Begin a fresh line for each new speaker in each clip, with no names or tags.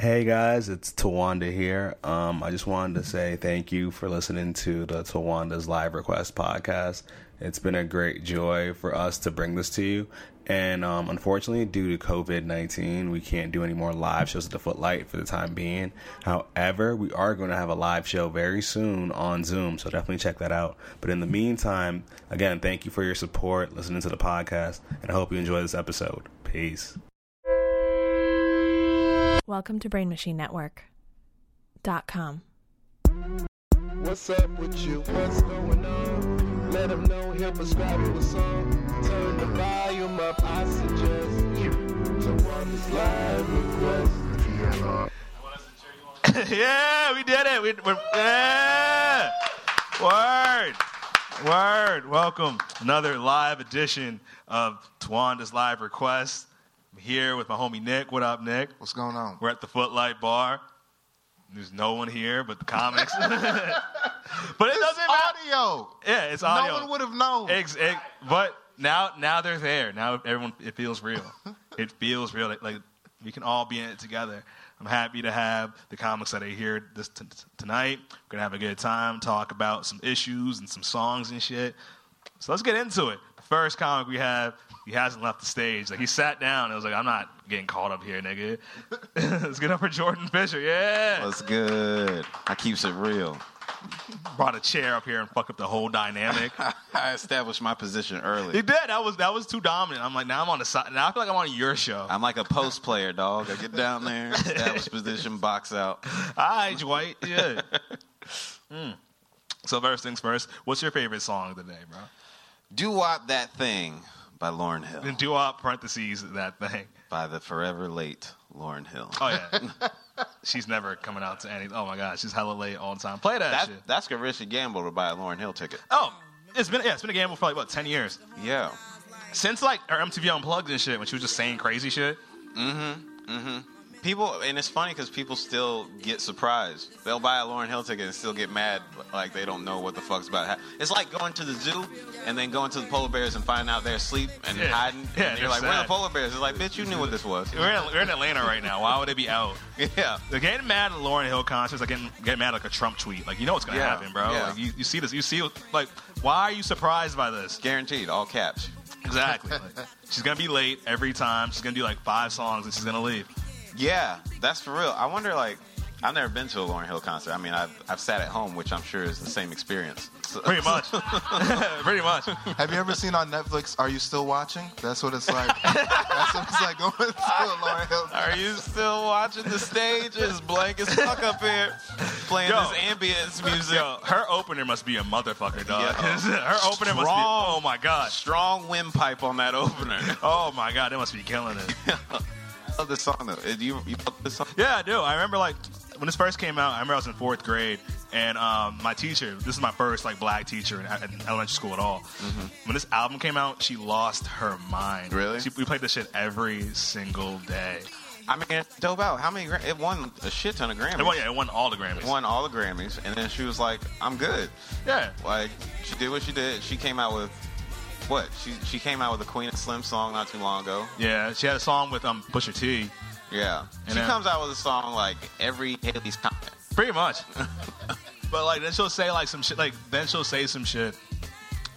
Hey guys, it's Tawanda here. Um, I just wanted to say thank you for listening to the Tawanda's Live Request podcast. It's been a great joy for us to bring this to you. And um, unfortunately, due to COVID 19, we can't do any more live shows at the Footlight for the time being. However, we are going to have a live show very soon on Zoom, so definitely check that out. But in the meantime, again, thank you for your support, listening to the podcast, and I hope you enjoy this episode. Peace.
Welcome to Brain Machine Network. Dot com.
What's up with you? What's going on? Let them know, he'll prescribe you a song. Turn the volume up, I suggest. To one this live request.
yeah, we did it. We, we're, yeah. Word. Word. Welcome. Another live edition of Twanda's Live Request. I'm here with my homie Nick. What up, Nick?
What's going on?
We're at the Footlight Bar. There's no one here but the comics. but it doesn't matter.
Audio.
Yeah, it's audio.
No one would have known.
Ex- ex- but now, now they're there. Now everyone, it feels real. it feels real. Like, like we can all be in it together. I'm happy to have the comics that are here this t- t- tonight. We're gonna have a good time, talk about some issues and some songs and shit. So let's get into it. The first comic we have, he hasn't left the stage. Like he sat down. and was like, I'm not getting caught up here, nigga. let's get up for Jordan Fisher. Yeah,
What's good? I keeps it real.
brought a chair up here and fucked up the whole dynamic.
I established my position
He
early.
did. That was that was too dominant. I'm like, now I'm on the side. Now I feel like I'm on your show.
I'm like a post player, dog. I get down there, establish position, box out.
All right, Dwight. Yeah. Mm. So first things first. What's your favorite song of the day, bro?
Do wop that thing by Lauren Hill.
Then do up parentheses that thing.
By the forever late Lauren Hill.
Oh yeah. she's never coming out to any. Oh my god, she's hella late all the time. Play that,
That,
shit.
that's a Richard Gamble to buy a Lauren Hill ticket.
Oh, it's been yeah, it's been a gamble for like what ten years
Yeah.
since like her MTV Unplugged and shit when she was just saying crazy shit.
People, and it's funny because people still get surprised. They'll buy a Lauren Hill ticket and still get mad, like they don't know what the fuck's about. to hap- It's like going to the zoo and then going to the polar bears and finding out they're asleep and
Yeah.
hiding.
Yeah,
and
they're
you're like, where are
sad.
the polar bears? It's like, bitch, you knew what this was.
We're in, we're in Atlanta right now. Why would it be out?
Yeah.
They're getting mad at Lauren Hill concerts, like getting, getting mad at like a Trump tweet. Like you know what's gonna
Yeah,
happen, bro.
yeah.
Like you, you see this, you see like why are you surprised by this?
Guaranteed, all caps.
Exactly. Like, she's gonna be late every time. She's gonna do like five songs and she's gonna leave.
Yeah, that's for real. I wonder, like, I've never been to a Lauren Hill concert. I mean, I've, I've sat at home, which I'm sure is the same experience. So-
Pretty much. Pretty much.
Have you ever seen on Netflix? Are you still watching? That's what it's like. That's what it's like going to a Lauren Hill.
Are you still watching the stage? It's blank as fuck up here, playing
Yo.
this ambience music.
Yo, her opener must be a motherfucker, dog.
Yo.
her opener must be.
Strong.
Oh my god.
Strong windpipe on that opener.
Oh my god, that must be killing it.
I love this song though. You you fuck this song?
Yeah, I do. I remember like when this first came out. I remember I was in fourth grade, and um, my teacher. This is my first like black teacher in, in elementary school at all. When this album came out, she lost her mind.
Mm-hmm. Really?
She, we played this shit every single day.
I mean, it's dope out. How many? Gra- it won a shit ton of Grammys.
It won, yeah, it won all the Grammys.
It won all the Grammys, and then she was like, "I'm good."
Yeah.
Like she did what she did. She came out with what? She she came out with a Queen and Slim song not too long ago.
Yeah, she had a song with um Pusha T.
Yeah,
And
she
then-
comes out with a song like every Haley's comment.
Pretty much. but like then she'll say like some shit like then she'll say some shit.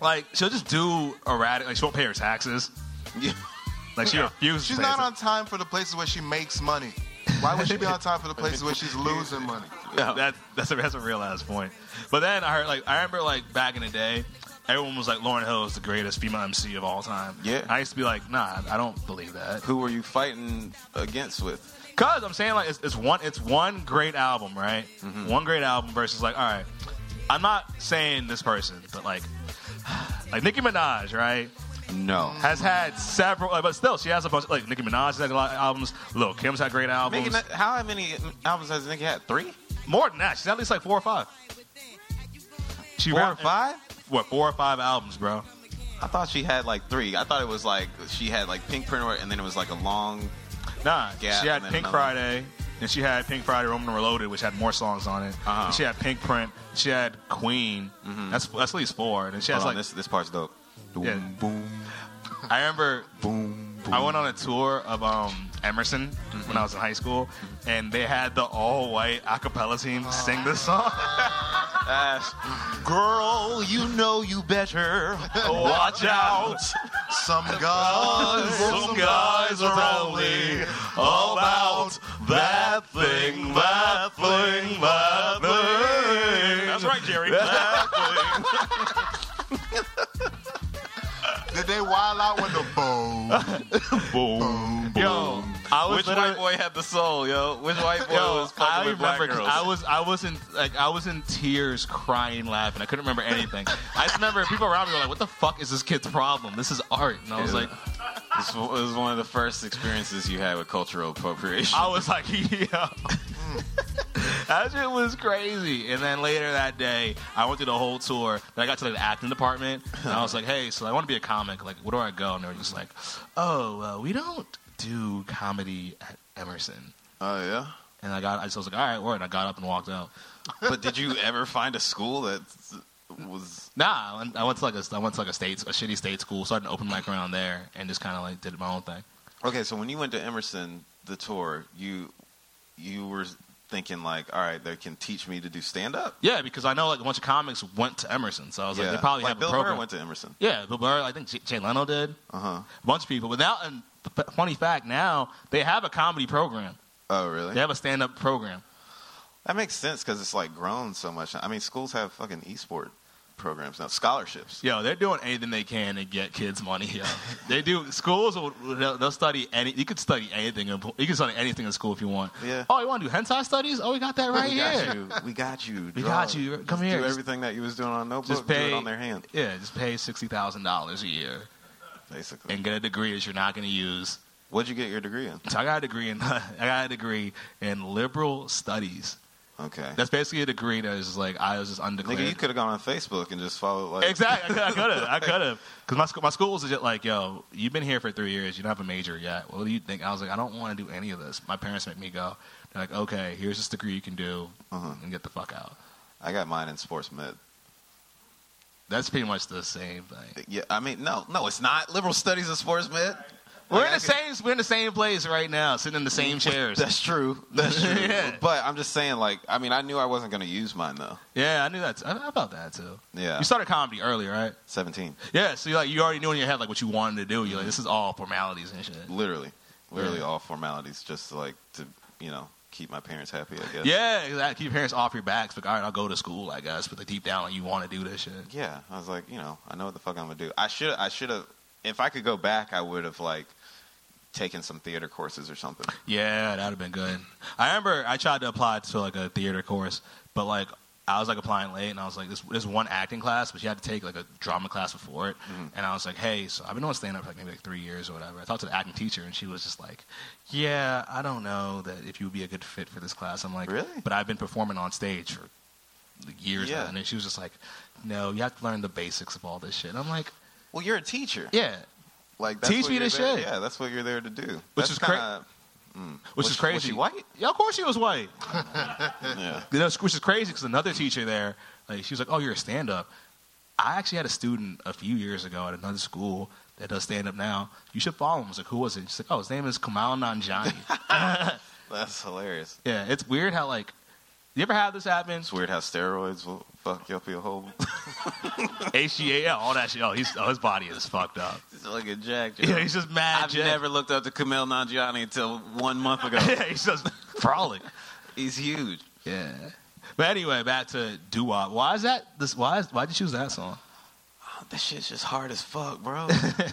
Like she'll just do erratic like she won't pay her taxes.
Yeah.
Like she refuses
She's
to pay her
not on time for the places where she makes money. Why would she be on time for the places where she's losing money?
That, that's a that's a real ass point. But then I heard like I remember like back in the day, everyone was like Lauren Hill is the greatest female MC of all time.
Yeah.
I used to be like, nah, I don't believe that.
Who were you fighting against with?
Cause I'm saying like it's, it's one it's one great album, right?
Mm-hmm.
One great album versus like all right, I'm not saying this person, but like like Nicki Minaj, right?
No.
Has had several, like, but still she has a bunch. Like Nicki Minaj has had a lot of albums. Lil Kim's had great albums.
Nicki, how many albums has Nicki had? Three,
More than that, she's had at least like four or five. She
four or
rapped-
five?
What four or five albums, bro?
I thought she had like three. I thought it was like she had like Pink Print, and then it was like a long.
Nah,
Yeah,
she had
and then
Pink
another-
Friday, and she had Pink Friday Roman Reloaded, which had more songs on it.
Uh-huh. Mm-hmm.
She had Pink Print. She had Queen. That's that's at least four. And then she
Hold
has
on,
like
this this part's dope.
Yeah.
boom,
I remember
boom, Mm-hmm. boom.
I went on a tour of um Emerson when I was in high school, and they had the all white a cappella team sing this song.
Ass. Girl, you know you better.
Watch out!
Some guys,
Some guys are only about that thing, that thing, that thing. That's right, Jerry.
Did they wild out with the bow?
Yo, I was
Which
literally-
white boy had the soul, yo? Which white boy
Yo,
was
I
fucking with black
remember 'cause
girls?
I was I was in like I was in tears, crying, laughing. I couldn't remember anything. I just remember people around me were like, "What the fuck is this kid's problem? This is art." And I was
Yeah.
like,
This w- was one of the first experiences you had with cultural appropriation.
I was like, "Yo." That shit was crazy. And then later that day, I went through the whole tour. Then I got to like, the acting department, and I was like, "Hey, so I want to be a comic. Like, where do I go?" And they were just like, "Oh, uh, we don't do comedy at Emerson."
Oh yeah.
And I got, I just was like, "All right, word." And I got up and walked out.
But did you ever find a school that was?
Nah, I went- I went to like a I went to like a state a shitty state school, so I did an open mic around there and just kind of like did my own thing.
Okay, so when you went to Emerson, the tour, you you were thinking like, all right, they can teach me to do stand up.
Yeah, because I know like a bunch of comics went to Emerson, so I was like, they probably have
Bill
a program.
Burr went to Emerson.
yeah, Bill Burr. I think Jay- Jay Leno did a
Uh huh.
bunch of people. But now, and f- funny fact, now they have a comedy program.
Oh really?
They have a stand up program.
That makes sense because it's like grown so much. I mean, schools have fucking esport programs now, scholarships.
Yo, they're doing anything they can to get kids money. Yo, they do. Schools will they'll, they'll study any. You could study anything. in- You can study anything in school if you want.
Yeah.
Oh, you want to do hentai studies? Oh, we got that right
we
here.
got you. We got you.
We
Draw.
got you. Come
Just
here.
Do
Just-
everything that you was doing on notebook.
just
do
pay
it on their hand,
Yeah, just pay sixty thousand dollars a year
basically.
and get a degree that you're not going to use.
What'd you get your degree in?
So I got a degree in I got a degree in liberal studies.
Okay.
That's basically a degree that is like I was just undeclared.
Nigga, you could have gone on Facebook and just followed like
exactly. I could have. I could have. Because my school, my school was just like, yo, you've been here for three years. You don't have a major yet. What do you think? I was like, I don't want to do any of this. My parents make me go. They're like, okay, here's this degree you can do
Uh-huh.
and get the fuck out.
I got mine in sports med.
That's pretty much the same thing.
Yeah, I mean, no, no, it's not. Liberal studies and sports med.
We're
Like,
in
I
the same. We're in the same place right now, sitting in the same chairs.
That's true. That's true.
Yeah.
But I'm just saying, like, I mean, I knew I wasn't going to use mine though.
Yeah, I knew that. Too. I I felt that too.
Yeah,
You started comedy early, right?
17,
Yeah. So you like you already knew in your head like what you wanted to do. You're like, this is all formalities and shit.
literally, literally
Yeah.
all formalities, just to, like to you know keep my parents happy. I guess.
Yeah, exactly. keep your parents off your backs. Like, all right, I'll go to school, I guess. But like, deep down, like, you want to do this shit.
Yeah, I was like, you know, I know what the fuck I'm gonna do. I should, I should have. If I could go back, I would have like taken some theater courses or something.
Yeah, that'd have been good. I remember I tried to apply to like a theater course, but like I was like applying late, and I was like, this there's one acting class, but you had to take like a drama class before it.
Mm-hmm.
And I was like, hey, so I've been doing stand up for like maybe like three years or whatever. I talked to the acting teacher, and she was just like, yeah, I don't know that if you would be a good fit for this class. I'm like,
Really?
But I've been performing on stage for like, years,
Yeah.
now. and then she was just like, no, you have to learn the basics of all this shit. And I'm like,
Well, you're a teacher.
yeah,
Like that's
Teach
what
me
you're
this
there-
shit.
Yeah, that's what you're there to do.
Which
That's
is cra-
kinda-
which
Was-
is crazy.
was she white?
Yeah, of course she was white.
Yeah.
You know, which is crazy because another teacher there, like, she was like, "Oh, you're a stand-up." I actually had a student a few years ago at another school that does stand-up now. You should follow him. I was like, "Who was it?" She's like, "Oh, his name is Kamal Nanjani."
That's hilarious.
yeah, it's weird how like. You ever have this happen?
It's weird how steroids will fuck you up your whole
HGAL, all that shit. Oh, he's, oh, his body is fucked up.
like a jack.
Yeah, he's just mad.
I've
jacked.
never looked up to Camille Nanjiani until one month ago.
yeah, he's just frolic.
He's huge.
Yeah. But anyway, back to doo wop. Why is that? This why? Is, why'd you choose that song?
That shit's just hard as fuck, bro.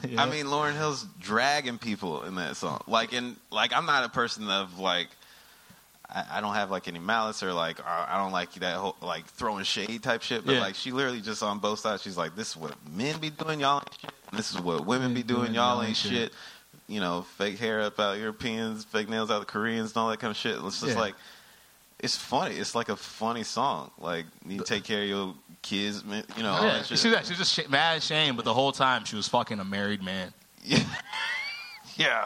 Yeah.
I mean, Lauren Hill's dragging people in that song. Like, in like, I'm not a person of like, I, I don't have like any malice or like, I I don't like that whole like throwing shade type shit. But
Yeah.
like, she literally just on both sides. She's like, this is what men be doing, y'all ain't shit. And this is what women be doing, y'all ain't shit. You know, fake hair up out Europeans, fake nails out the Koreans, and all that kind of shit. It's just
Yeah.
like. It's funny. It's like a funny song. Like you take care of your kids, man, you know. all
yeah,
Oh, that
she
shit.
was, that. she was just sh- mad shame, but the whole time she was fucking a married man.
Yeah. yeah.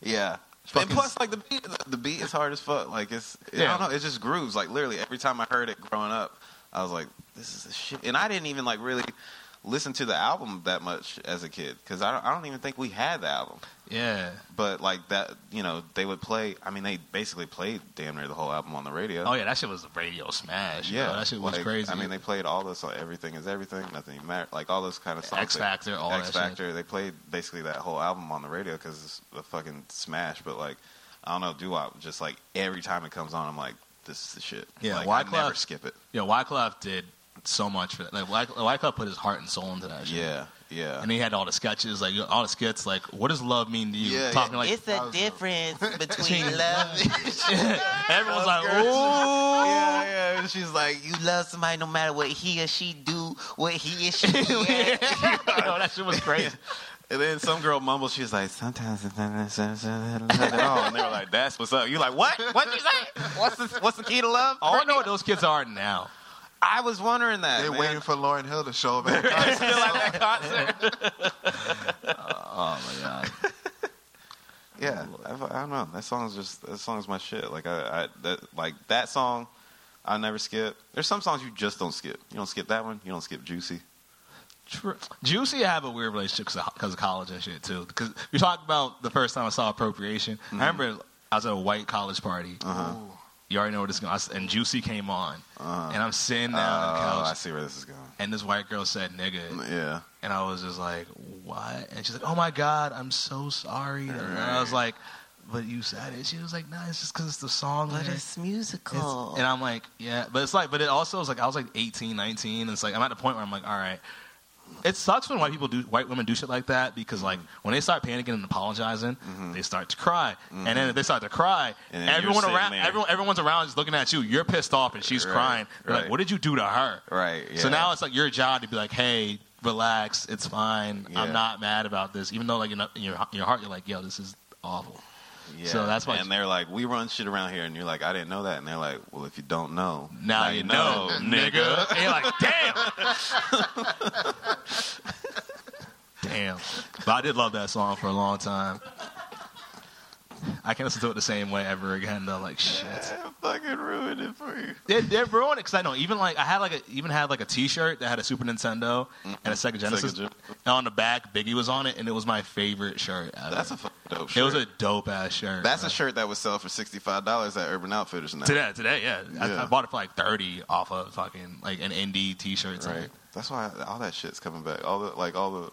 Yeah. And
Fucking-
plus, like the beat, the beat is hard as fuck. Like it's, I
Yeah.
don't know, it just grooves. Like literally, every time I heard it growing up, I was like, "This is a shit." And I didn't even like really listen to the album that much as a kid because I don't, I don't even think we had the album.
Yeah.
But like that, you know, they would play. I mean, they basically played damn near the whole album on the radio.
Oh yeah, that shit was a radio smash.
Yeah,
Yeah, Oh, that shit was
like,
crazy.
I mean, they played all this, like everything is everything, nothing even matter, like all those kind of songs.
X Factor, all
X
that shit.
Factor. They played basically that whole album on the radio because it's a fucking smash. But like, I don't know, do I just like every time it comes on, I'm like, this is the shit.
Yeah,
like, I
Wyclef-
never skip it.
Yeah, Wyclef did so much for that. Like Wy- Wyclef put his heart and soul into that shit.
Yeah, yeah.
And he had all the sketches, like all the skits, like what does love mean to you?
Yeah,
Talking like
It's the difference between love.
everyone's like, ooh,
yeah,
yeah, yeah. She's like,
You love somebody no matter what he or she do, what he or she do.
Yo, Oh, that shit was crazy.
and then some girl mumbles. She's like, sometimes it's not at all. And they were like, that's what's up. You're like, what? What you say? What's the, what's the key to love?
I don't know what those kids are now.
I was wondering that.
They
man.
waiting for Lauren Hill to show up. At the concert.
Still at that concert.
Oh my god.
Yeah, I, I don't know. That song's just that song's my shit. Like I, I that, like that song, I never skip. There's some songs you just don't skip. You don't skip that one. You don't skip Juicy.
True. Juicy, I have a weird relationship because of college and shit too. Because we talked about the first time I saw appropriation.
Mm-hmm.
I remember I was at a white college party.
Uh-huh.
You already know where this is going. I s- And Juicy came on, and I'm sitting down on the
Oh,
couch,
I see where this is going.
and this white girl said "nigga,"
Yeah,
and I was just like, "What?" And she's like, "Oh my god, I'm so sorry." And I was like, "But you said it." She was like, "No, it's just because it's the song."
But
lyrics."
it's
It's-
Oh.
musical.
and I'm like, yeah, but it's like, but it also was like, I was like 18, 19. And it's like, I'm at the point where I'm like, all right. It sucks when white people do, white women do shit like that because like
Mm-hmm.
when they start panicking and apologizing, they start to cry, and then if they start to cry,
Mm-hmm. And then you're
everyone
sitting
around,
there.
everyone, everyone's around is looking at you. You're pissed off, and she's
Right,
crying. They're
right.
Like, what did you do to her?
right. Yeah.
So now it's like your job to be like, hey, relax, it's fine.
Yeah.
I'm not mad about this, even though like in, in your in your heart you're like, yo, this is awful.
yeah.
so that's why-
And they're like, we run shit around here, and you're like, I didn't know that. And they're like, well, if you don't know,
Now you know, nigga. And you're like, damn. damn. But I did love that song for a long time. I can't listen to it the same way ever again though. Like shit,
I fucking ruined it for you.
they they ruined it because I know even like I had like a even had like a T-shirt that had a Super Nintendo and a Sega Genesis,
Gen-
and on the back Biggie was on it, and it was my favorite shirt ever.
That's a fucking dope
it
shirt.
was a dope ass shirt.
that's
bro.
a shirt that would sell for sixty five dollars at Urban Outfitters now.
Today, today, yeah.
Yeah.
I, I bought it for like thirty off of fucking like an indie T-shirt. site.
Right. That's why all that shit's coming back. All the like all the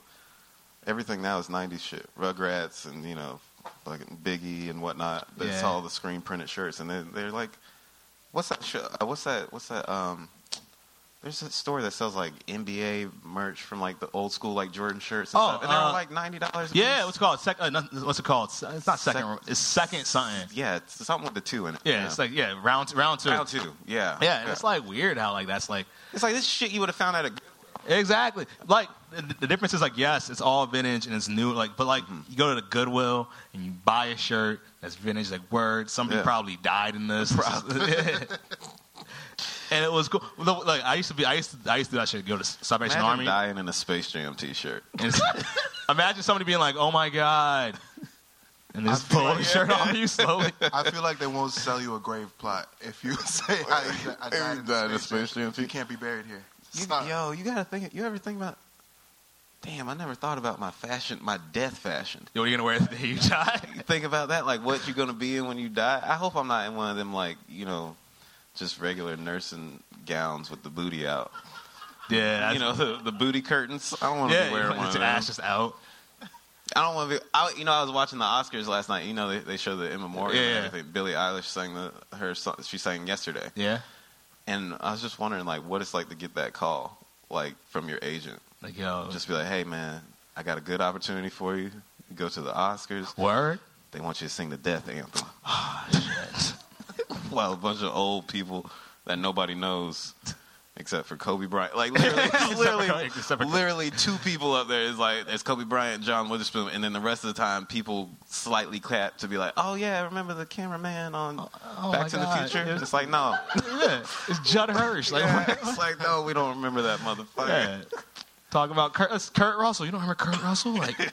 everything now is '90s shit. Rugrats and you know, fucking Biggie and whatnot. But it's
Yeah.
all the screen printed shirts, and they're, they're like, what's that? Sh- uh, what's that? What's that? Um, there's a store that sells like NBA merch from like the old school like Jordan shirts. And
Oh,
stuff, and they're
uh,
like ninety dollars.
Yeah, what's it called sec- uh, not- what's it called? Se- It's not
Sec-
second. it's second something.
yeah, it's something with the two in it.
Yeah, it's like yeah, round t- round two.
round two. Yeah,
Yeah, and it's like weird how like that's like
it's like this shit you would have found at a
exactly like the, the difference is like yes, it's all vintage and it's new. Like, but like
Mm-hmm.
you go to the Goodwill and you buy a shirt that's vintage. Like, word, somebody
Yeah.
probably died in this. and it was cool. No, Like I used to be, I used to, I used to do that shit. Go to Salvation
Imagine
Army.
dying in a Space Jam T-shirt.
And it's- imagine somebody being like, "Oh my god," and just
feel
pull
like-
the shirt off you slowly.
I feel like they won't sell you a grave plot if you say I, I died in
died in
a space
Space Jam
jam.
too.
You can't be buried here.
You,
Stop.
yo, you gotta think. You ever think about? Damn, I never thought about my fashion, my death fashion.
Yo, what are you gonna wear the day you die?
You think about that, like what you're gonna be in when you die. I hope I'm not in one of them, like you know, just regular nursing gowns with the booty out.
Yeah,
You know, the, the booty curtains. I don't want to
yeah,
be wearing
like,
one
it's
of them.
ass just out.
I don't want to be. I, you know, I was watching the Oscars last night. You know, they, they show the in memoriam.
Yeah,
and
yeah.
everything. Billie Eilish sang the her song. She sang yesterday,
Yeah,
and I was just wondering, like, what it's like to get that call, like from your agent.
like yo,
just be like, hey man, I got a good opportunity for you. You Go to the Oscars.
word.
They want you to sing the death anthem Ah,
Shit.
while a bunch of old people that nobody knows, except for Kobe Bryant. Like literally, literally,
Except for-
literally two people up there is like it's Kobe Bryant, John Witherspoon, and then the rest of the time people slightly clap to be like, oh yeah, I remember the cameraman on
oh
Back
my
to
God.
the Future. It's like no,
yeah, it's Judd Hirsch. Like,
it's like no, we don't remember that motherfucker.
yeah. talk about Kurt, that's Kurt Russell. You don't remember Kurt Russell? Like,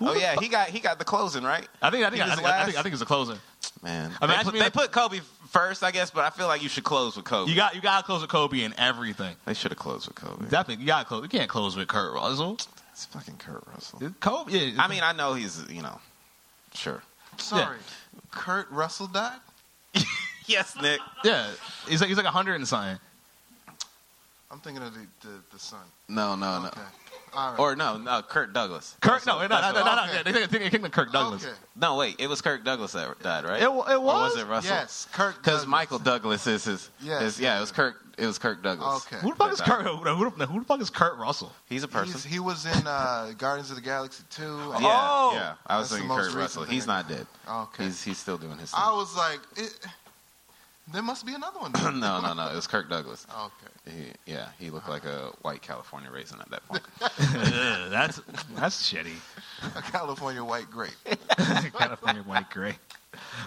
Oh yeah, he got he got the closing right.
I think I think I,
He was
think, I,
last-
think I think it's a closer.
man.
I mean,
Imagine-
put-
they put Kobe first, I guess, but I feel like you should close with Kobe.
You got you got to close with Kobe in everything.
they should have closed with Kobe.
Definitely, you got to close. You can't close with Kurt Russell.
It's fucking Kurt Russell.
Kobe. Yeah,
I mean, I know he's, you know, sure.
Sorry, Kurt Russell died.
Yes, Nick.
yeah, he's like he's like hundred and something.
I'm thinking of the the, the son.
No, no, no.
Okay, all right.
Or no, no, Kurt Douglas.
Kirk, no, no, no, no, no, no,
Okay.
yeah, They think they think Kirk Douglas.
Okay.
No, wait, it was Kirk Douglas that died, right?
It, wa- it
Or
was.
was it Russell?
Yes, Kurt.
Because
Douglas.
Michael Douglas is his.
Yes.
his- yeah, it was Kirk. It was Kirk Douglas.
Okay.
Who the fuck is Kurt? Who, the- who the fuck is Kurt Russell?
He's a
He's-
person.
he was in uh, Guardians of the Galaxy 2.
Yeah,
Oh!
yeah. I
That's
was
the
thinking
most
Kurt
recent
Russell.
thing
He's
I
not dead.
Oh. Okay.
He's he's still doing his
I
thing.
was like, it, there must be another one.
no, no, no. It was Kirk Douglas.
Okay.
He, yeah, he looked like a white California raisin at that point.
Ugh, that's that's shitty.
A California white grape.
California white gray.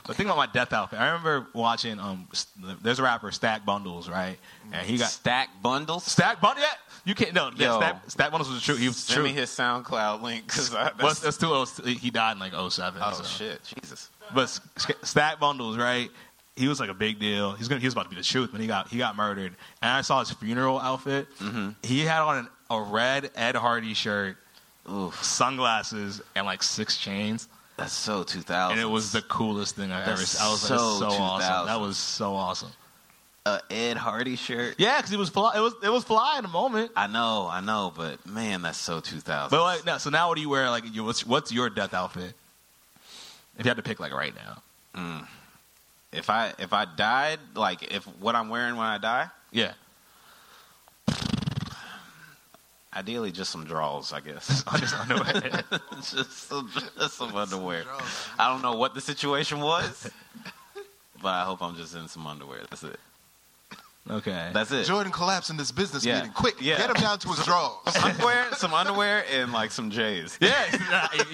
But think about my death outfit. I remember watching um, st- there's a rapper Stack Bundles, right? And he got
Stack bundles.
Stack Bundle. Yeah, you can't. No, yeah,
Yo.
Stack, Stack Bundles was true. He was
Send
true.
me his SoundCloud link because
Well, that's too old. He died in like 07.
Oh
so.
shit, Jesus.
But S- S- Stack Bundles, right? He was like a big deal. He's gonna, he was about to be the truth, but he got he got murdered. And I saw his funeral outfit.
Mm-hmm.
He had on an, a red Ed Hardy shirt,
Oof,
sunglasses, and like six chains.
that's so 2000.
And it was the coolest thing I ever.
That's
I was like,
so
so awesome.
2000.
That was so awesome.
a Uh, Ed Hardy shirt.
Yeah, because it was fly, it was it was fly in the moment.
I know, I know, but man, that's so 2000.
But like, no, so now what do you wear? Like, you, what's what's your death outfit? If you had to pick, like right now,
if I if I died, like if what I'm wearing when I die,
yeah,
ideally just some draws, I guess.
just underwear.
just, some, just some underwear. I don't know what the situation was, but I hope I'm just in some underwear. That's it.
okay,
That's it.
Jordan collapsed in this business
Yeah.
meeting. Quick,
Yeah.
get him down to his drawers.
underwear, some underwear, and like some J's.
Yeah, you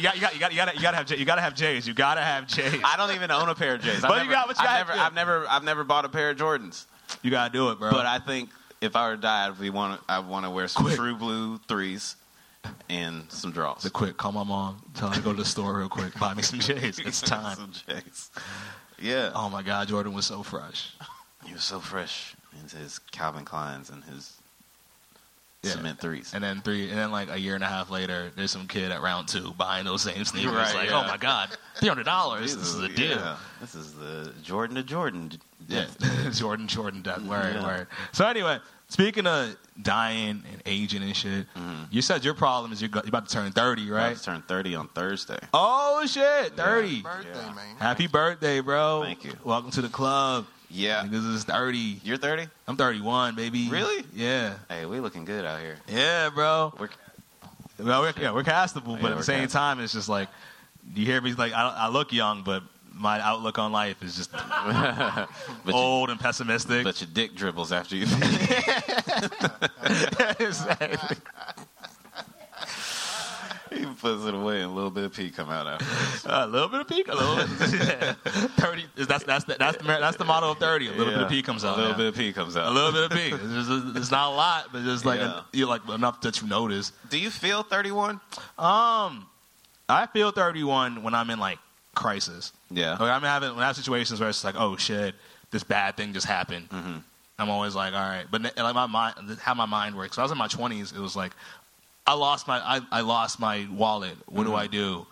got, you got, you got, you got, you got to have, J- you got to have J's. You got to have J's.
I don't even own a pair of J's.
But you
I've never,
got what you got,
I've, never,
yeah.
I've never, I've never bought a pair of Jordans.
You got to do it, bro.
But I think if I were to die, I'd be want, I want to wear some
Quick.
True Blue threes and some draws.
the quick, call my mom, tell her to go to the store real quick, buy me some J's. It's time.
Some J's. Yeah,
Oh my God, Jordan was so fresh.
he was so fresh into his Calvin Kleins and his
Yeah.
cement threes.
And then three, and then like a year and a half later, there's some kid at round two buying those same sneakers.
Right,
like,
yeah.
oh my God, three hundred dollars. This is a deal.
yeah. This is the Jordan to Jordan.
Yeah, Jordan, Jordan, death. Word,
Yeah.
word. So anyway, speaking of dying and aging and shit,
Mm-hmm.
you said your problem is you're, go- you're about to turn thirty,
Right. I
right?
just turned 30 on Thursday.
Oh shit, thirty.
Birthday,
Yeah.
man.
Happy birthday, bro.
Thank you.
Welcome to the club.
Yeah.
Niggas is 30.
You're 30?
I'm 31, baby.
Really?
Yeah.
Hey, we looking good out here.
Yeah, bro.
We're,
Well, we're, yeah, we're castable, but
Yeah,
at
we're
the same
castable.
time, it's just like, you hear me? Like, I, I look young, but my outlook on life is just
but, your,
old and pessimistic.
but your dick dribbles after you.
Exactly.
he puts it away and a little bit of pee come out after.
a little bit of peak, a little bit. 30. is- That's, that's, the, that's, the, that's the model of 30. A little bit
Yeah.
of pee comes out.
A little
now.
bit of pee comes out.
A little bit of peak. It's, just- it's not a lot, but just like
Yeah.
you're like enough that you notice.
Do you feel 31?
Um, I feel 31 when I'm in like crisis.
Yeah.
Like I'm having when I have situations where it's like, oh shit, this bad thing just happened.
Mm-hmm.
I'm always like, all right, but n- like my mind, how my mind works. When I was in my 20s, it was like, I lost my, I, I lost my wallet. What
Mm-hmm.
do I do?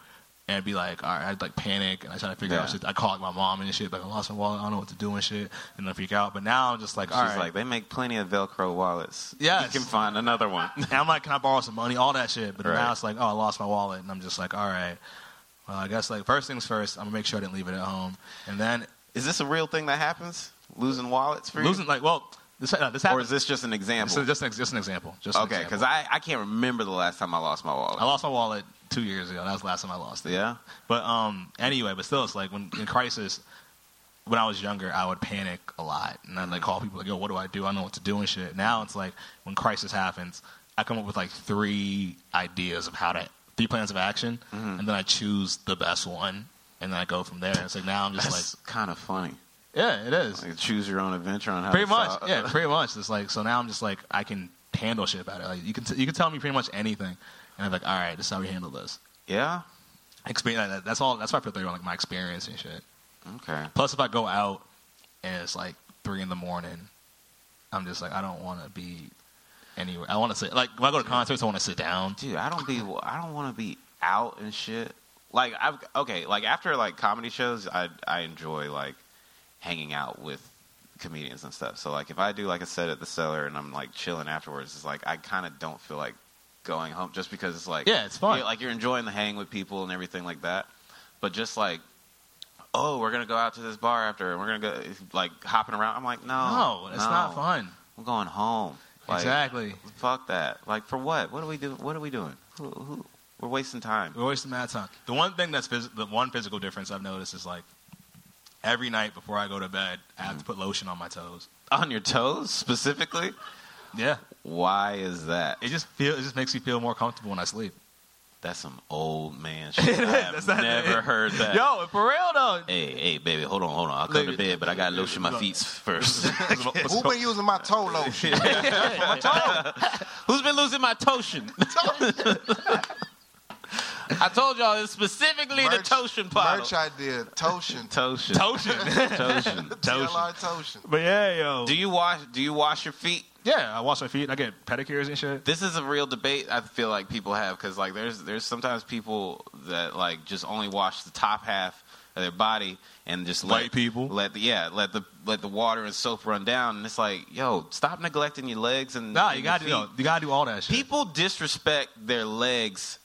And I'd be like, all right, I'd like panic and I try to figure
Yeah.
out shit. I call like my mom and shit, like I lost my wallet, I don't know what to do and shit, and I freak out. But now I'm just like,
She's
all right,
like, they make plenty of Velcro wallets.
Yes.
You can find another one.
And I'm like, can I borrow some money? All that shit. But
Right.
now it's like, oh, I lost my wallet, and I'm just like, all right. Well, I guess like first things first, I'm gonna make sure I didn't leave it at home, and then
Is this a real thing that happens? Losing wallets for you?
losing like, well, this uh, this
or is
happens.
this just an
This
example?
is just an, just an example. Just an
okay, because
example.
I, I can't remember the last time I lost my wallet.
I lost my wallet two years ago. That was the last time I lost it.
yeah?
But um, anyway, but still, it's like when in crisis, when I was younger, I would panic a lot, and I'd like call people like, "Yo, what do I do? I don't know what to do and shit." Now it's like when crisis happens, I come up with like three ideas of how to three plans of action,
Mm-hmm.
and then I choose the best one, and then I go from there. It's like now I'm just
That's kind of funny.
like, yeah, it is
Like, choose your own adventure on how
pretty
to
much.
solve-
Yeah, pretty much. It's like so now I'm just like I can handle shit better. Like you can t- you can tell me pretty much anything, and I'm like, all right, this is how we handle this.
Yeah?
Experience. That's all. That's why I feel like my experience and shit.
Okay.
Plus, if I go out and it's like three in the morning, I'm just like I don't want to be anywhere. I want to sit like when I go to concerts, I want to sit down.
Dude, I don't be. I don't want to be out and shit. Like I've okay. Like after like comedy shows, I I enjoy like hanging out with comedians and stuff. So like if I do like a set at the cellar and I'm like chilling afterwards, it's like I kind of don't feel like going home just because it's like
Yeah, it's fun.
you're- like you're enjoying the hang with people and everything like that. But just like oh, we're gonna go out to this bar after and we're gonna go like hopping around. I'm like no,
No, it's not
no,
fun.
I'm going home. Like,
exactly.
Fuck that. Like for what? What are we doing? What are we doing? Who, who? We're wasting time.
We're wasting mad time. The one thing that's phys- the one physical difference I've noticed is like every night before I go to bed, I
Mm.
have to put lotion on my toes.
On your toes specifically?
Yeah,
Why is that?
it just feel it just makes me feel more comfortable when I sleep.
That's some old man shit. I have
That's not-
never heard that.
Yo, for real though.
Hey, hey, baby, hold on, hold on. I'll come to
Nigga.
bed, but I got to lotion my feet first.
Who been using my toe lotion?
Who's been losing my totion? I told y'all it's specifically
Merch-
the totion
Merch
bottle.
idea, totion.
Totion.
Lotion.
Totion.
TLR totion.
but yeah, yo.
Do you wash? Do you wash your feet?
yeah, I wash my feet. and I get pedicures and shit.
this is a real debate I feel like people have because like there's there's sometimes people that like just only wash the top half of their body and just let
White people.
let the yeah let the let the water and soap run down and it's like yo stop neglecting your legs and
Nah,
and
you
your
gotta do
feet.
you gotta do all that shit.
people disrespect their legs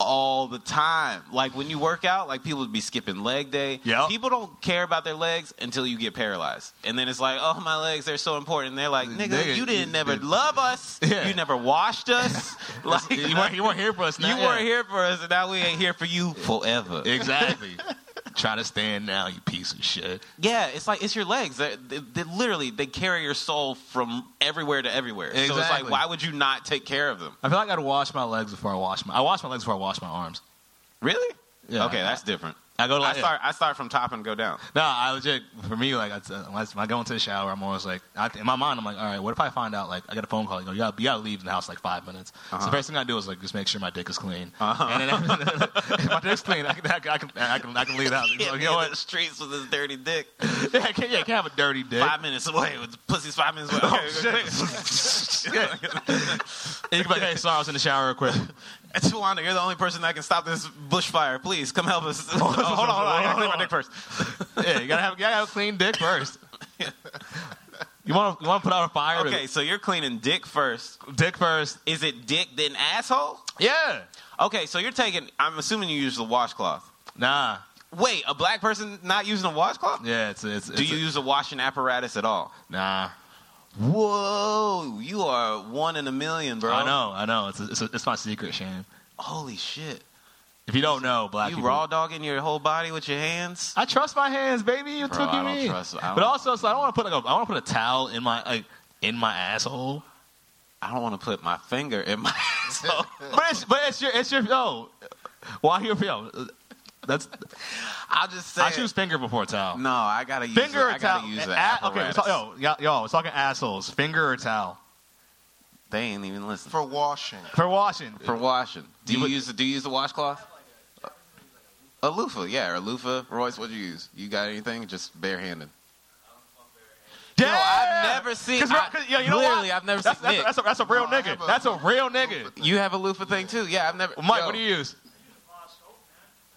all the time like when you work out like people would be skipping leg day
Yep.
people don't care about their legs until you get paralyzed and then it's like oh my legs they're so important and they're like nigga,
Nigga,
you didn't
you-
never love us
Yeah.
you never washed us like
you weren't, you weren't here for us.
you
Now.
weren't here for us and now we ain't here for you forever
Yeah. Exactly. Try to stand now, you piece of shit.
yeah it's like it's your legs they, they, they literally they carry your soul from everywhere to everywhere so it's like
Exactly.
why would you not take care of them
I feel like I gotta wash my legs before I wash my. I wash my legs before I wash my arms.
really
Yeah.
okay that's different
I go to
I
like
start I start from top and go down.
No, I legit for me like I, when I go into the shower, I'm always like I, in my mind, I'm like, all right, what if I find out like I get a phone call, you know, you gotta, you gotta leave the house like five minutes.
Uh-huh.
So the first thing I do is like just make sure my dick is clean, and then if my dick's clean, I can I can I can, I can, I can leave the house.
Yeah,
Like, you know
the
what?
streets with his dirty dick.
Yeah, I can't, yeah, I can't have a dirty dick.
Five minutes away, with pussy's five minutes away. Okay,
Yeah. And you can be like, hey, sorry, I was in the shower real quick.
Tawanda, you're the only person that can stop this bushfire. Please come help us. Oh, hold on, hold on, I gotta clean my dick first.
Yeah, you gotta have, you gotta have a clean dick first. You want to you want to put out a fire?
Okay, so you're cleaning dick first.
dick first.
Is it dick then asshole?
Yeah.
Okay, so you're taking. I'm assuming you use the washcloth.
Nah.
Wait, a black person not using a washcloth?
Yeah. It's it's.
Do
it's
you use a washing apparatus at all?
nah.
Whoa, you are one in a million, bro.
I know, I know. It's it's, it's my secret, Shane.
Holy shit.
If you don't know, black
You
people.
raw dogging your whole body with your hands?
I trust my hands, baby. What
Bro,
took you
I don't
mean?
trust- I don't-
but also, so I don't want to put like a, I want to put a towel in my like in my asshole.
I don't want to put my finger in my asshole.
But it's but it's your it's your yo. Why your yo? That's
I'll just say.
I
it.
choose finger before towel.
No, I gotta use.
Finger
it.
or
I
towel?
gotta use
A-
the
a- okay, we're
apparatus.
talk, yo, yo, yo, we're talking assholes. Finger or towel
They ain't even listen for,
For washing.
for washing?
washing. Do
You
you,
would-
use the Do you use the washcloth? A loofah, yeah, or a loofah. Royce, what do you use? You got anything? Just barehanded.
Yeah,
I've never seen.
Cause,
I-
we're- 'cause- yo, you know
literally,
what?
I've never
that's,
seen.
that's,
Nick,
that's, a, that's a real
No, I have
nigga.
a-
that's a real nigga.
you have a loofah thing too? Yeah, I've never.
Mike,
yo,
what do you use?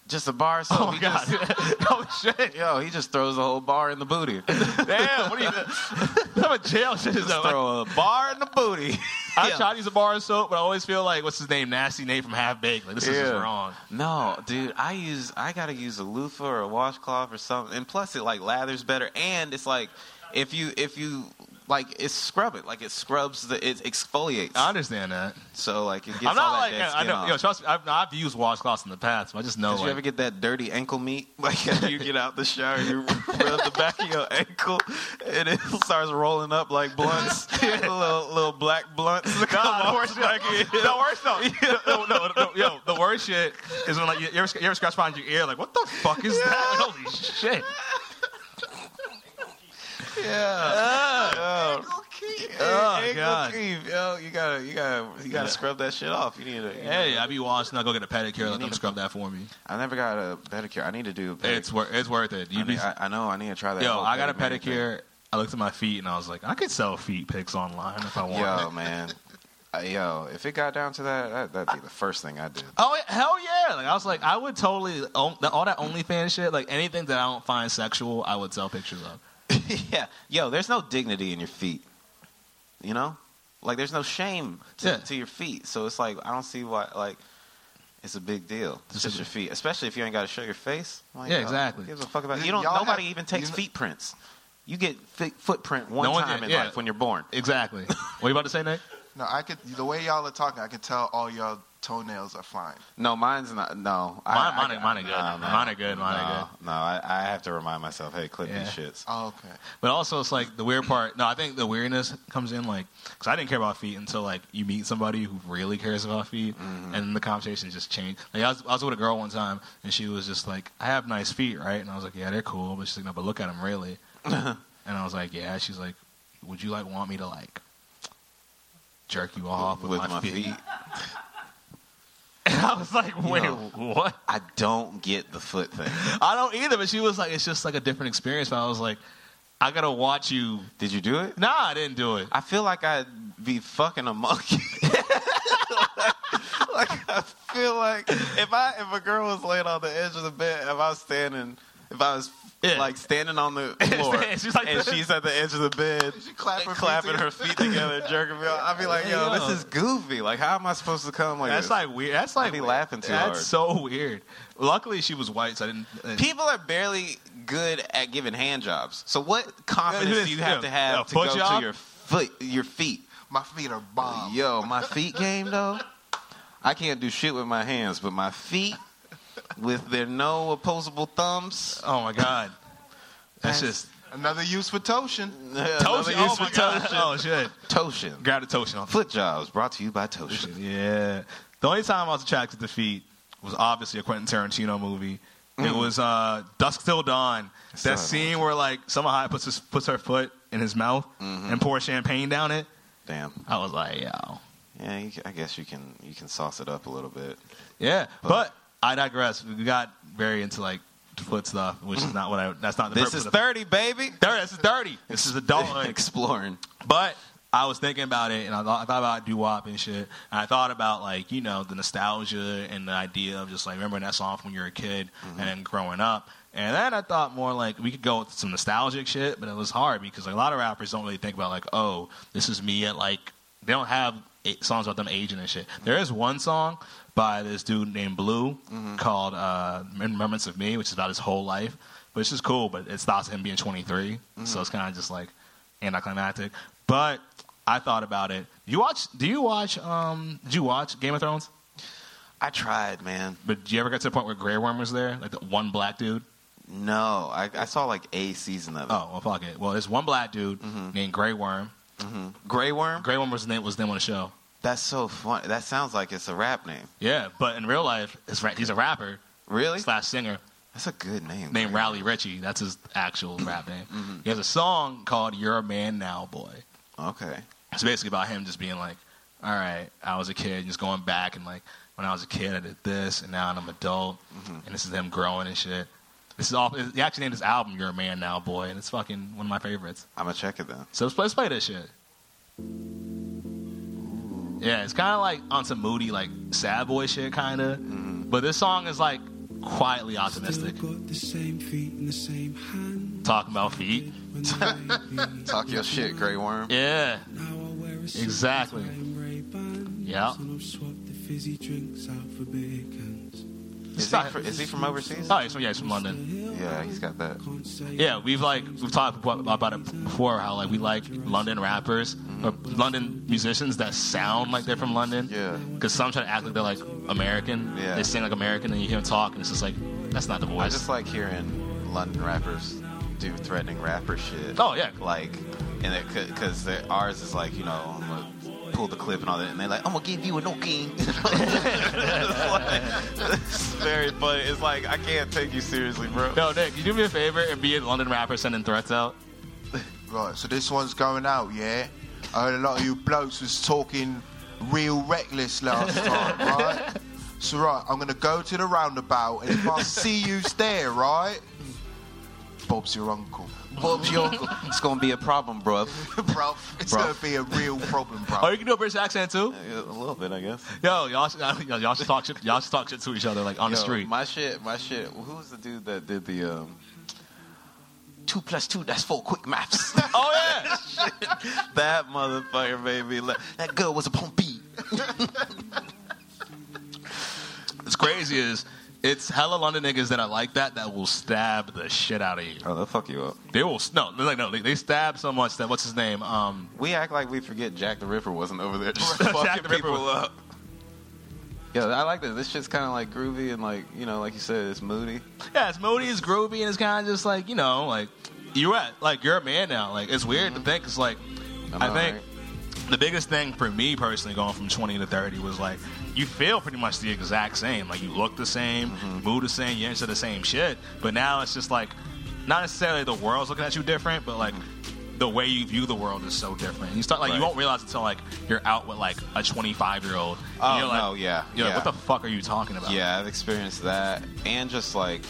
Just a bar. So
Oh my
he
god!
Just,
oh shit!
yo, he just throws the whole bar in the booty. just
Damn, what are you? Some of jail shit is though. Like,
throw a bar in the booty.
I try to use a bar of soap, but I always feel like what's his name, nasty name from Half Baked. Like this is just
Yeah.
wrong.
No, dude, I use I gotta use a loofah or a washcloth or something. And plus, it like lathers better, and it's like if you if you like it's scrub it like it scrubs the it exfoliates.
I understand that.
so like uh, it gets
I'm
all
not
that
like
dead
I
skin
know.
off.
Yo, trust me. I've, I've used washcloths in the past, but I just know.
Did
Like,
you ever get that dirty ankle meat? Like after you get out the shower, you rub the back of your ankle, and it starts rolling up like blunts, little little black blunts.
Nah, the worst, like, the worst though. No, no, no, yo, the worst shit is when like you you ever, you ever scratch behind your ear, like what the fuck is that? Like, holy shit!
Oh.
Oh,
Hey,
God.
Grieve, yo, you gotta, you gotta, you
Yeah.
gotta scrub that shit off. You need to. you
Hey,
know,
I be washing. I go get a pedicure. Let
need
them
a-
scrub that for me.
I never got a pedicure. I need to do. A pedicure.
It's worth. It's worth it.
I,
You be.
need- I, I know. I need to try that.
Yo,
whole
I got a
pedicure thing.
pedicure. I looked at my feet and I was like, I could sell feet pics online if I want.
Yo, man. Uh, yo, if it got down to that, that, that'd be the first thing I did.
Oh yeah, hell yeah! Like I was like, I would totally all all that OnlyFans shit. Like anything that I don't find sexual, I would sell pictures of.
yeah. Yo, there's no dignity in your feet. You know? Like there's no shame to,
Yeah.
to your feet. So it's like I don't see why like it's a big deal. It's
It's
just
a-
your feet. Especially if you ain't gotta show your face. Like,
Yeah,
uh,
exactly.
Gives a fuck about you
You-
don't
y'all
nobody
have-
even takes
you-
feet prints. You get fi- footprint one
No one-
time in
yeah.
life when you're born.
Exactly. what you about to say, Nick?
No, I could. The way y'all are talking, I could tell all y'all toenails are fine.
No, mine's not no.
Mine, mine, are- mine are good.
nah, man.
mine are good. Mine are
No,
good.
no I, I have to remind myself, hey, clip
Yeah.
these shits.
Oh, okay.
But also, it's like the weird part. No, I think the weirdness comes in like because I didn't care about feet until like you meet somebody who really cares about feet, and the conversation just changed. Like I was, I was with a girl one time, and she was just like, "I have nice feet, right?" And I was like, "Yeah, they're cool," but she's like, "No, but look at them really." and I was like, "Yeah." She's like, "Would you like want me to like jerk you off with, my, feet? And I was like, "Wait,
Yo.
what?"
I don't get the foot thing.
I don't either. But she was like, "It's just like a different experience." But I was like, "I gotta watch you."
Did you do it?
Nah, I didn't do it.
I feel like I'd be fucking a monkey. like, I feel like if I if a girl was laying on the edge of the bed, if I was standing, if I was
Yeah.
like standing on the floor,
She's like
and
this.
she's at the edge of the bed,
She clap her feet
clapping her
together.
feet together, and jerking me off. I'd be like, yo,
Yo.
this is goofy. Like, how am I supposed to come like
That's
this?
like weird. That's like
be laughing too
That's
hard.
so weird. Luckily, she was white, so I didn't. uh,
People are barely good at giving hand jobs. So what confidence do you have to
Yeah,
have to
foot
go
job?
to your foot, your feet?
My feet are bomb.
Yo, my feet game though. I can't do shit with my hands, but my feet with their no opposable thumbs.
oh my god, that's just
Another use for Toshin.
Toshin.
Another
Oh
use
my
for
god. Oh shit.
Toshin.
Grab the Toshin off.
Foot jobs brought to you by Toshin.
Yeah. The only time I was attracted to feet was obviously a Quentin Tarantino movie. It
Mm.
was uh, Dusk Till Dawn.
saw
That
that
scene where like Summer High puts his, puts her foot in his mouth
Mm-hmm.
and pours champagne down it.
Damn.
I was like, yo.
Yeah, you, ca- I guess you can you can sauce it up a little bit.
Yeah,
Oh.
but, I digress. We got very into like foot stuff, which is not what I. That's not the
This
purpose
is
of-
thirty, baby.
Dirty. This is dirty. This is adulthood.
Exploring.
but I was thinking about it, and I thought, I thought about doo wop and shit. And I thought about like you know the nostalgia and the idea of just like remembering that song from when you were a kid and then growing up. And then I thought more like we could go with some nostalgic shit, but it was hard because like, a lot of rappers don't really think about like, oh, this is me at like they don't have eight songs about them aging and shit. There is one song by this dude named Blue called uh, "In Remembrance of Me," which is about his whole life, which is cool. But it stops him being 23, so it's kind of just like anticlimactic. But I thought about it. You watch? Do you watch? Um, did you watch Game of Thrones?
I tried, man.
But did you ever get to the point where Grey Worm was there, like the one black dude?
No, I, I saw like a season of it.
Oh, well, fuck it. Well, there's one black dude named Grey Worm.
Grey Worm.
Grey Worm was name was name on the show.
That's so fun. That sounds like it's a rap name.
Yeah, but in real life, it's ra- he's a rapper
Really?
slash singer.
That's a good name.
named
Grey Worm.
Rowley Ritchie. That's his actual rap name. He has a song called "You're a Man Now, Boy."
Okay.
It's basically about him just being like, "All right, I was a kid, just going back and like when I was a kid, I did this, and now I'm an adult, and this is them growing and shit." This is all. He actually named his album "You're a Man Now, Boy," and it's fucking one of my favorites.
I'm gonna check it then.
So let's play, let's play this shit. Yeah, it's kind of like on some moody, like sad boy shit, kind of. But this song is like quietly optimistic,
Got the same feet and the same hand.
talking about feet.
When they be-
Talk your shit, Grey Worm.
Yeah,
Now I wear a suit
Exactly.
and Ray-Bans,
Yeah.
And I've swapped the fizzy drinks out for beer cans.
Is he, fr- is he from overseas?
Oh, he's from, yeah, he's from London.
Yeah, he's got that.
Can't say
Yeah, we've like we've talked ab- about it before how like we like London rappers or London musicians that sound like they're from London.
Yeah.
Because some try to act like they're like American.
Yeah.
They sing like American, and you hear them talk, and it's just like that's not the voice.
I just like hearing London rappers do threatening rapper shit.
Oh, yeah.
Like, and because ours is like, you know, I'm gonna pull the clip and all that, and they're like, I'm gonna give you a no king. it's, like, it's very funny. It's like I can't take you seriously, bro.
Yo, Nick, you do me a favor and be a London rapper sending threats out.
Right. So this one's going out, yeah. I heard a lot of you blokes was talking real reckless last time, right? So right, I'm gonna go to the roundabout, and if I see you's there, right, Bob's your uncle.
Bob's your uncle. It's gonna be a problem, bruv.
bro, it's
Bro.
gonna be a real problem, bro.
Oh, you can do a British accent too.
A little bit, I guess.
Yo, y'all, should- y'all, y'all should talk shit. Y'all should talk shit to each other like on the
Yo,
street.
My shit, my shit. Who's the dude that did the um, two plus two? That's four. Quick maths.
oh yeah,
that motherfucker baby. me. That girl was a Pompey.
what's crazy is it's hella London niggas that are like that that will stab the shit out of you.
Oh, they'll fuck you up.
They will no, they're like no, they, they stab so much that what's his name? Um,
We act like we forget Jack the Ripper wasn't over there just fucking
Jack the Ripper
people
was-
up. Yo, I like this. This shit's kind of like groovy and like you know, like you said, it's moody.
yeah, it's moody, it's groovy, and it's kind of just like you know, like you're at like you're a man now. Like it's weird to think. It's like
know,
I think
right?
the biggest thing for me personally going from 20 to 30 was like you feel pretty much the exact same like you look the same
Mm-hmm.
you move the same you're into the same shit but now it's just like not necessarily the world's looking at you different but like the way you view the world is so different you start like you
Mm-hmm. Right.
won't realize until like you're out with like a 25 year old
Oh,
you're like,
no, yeah,
you're like,
yeah.
what the fuck are you talking about
Yeah, I've experienced that, and just like,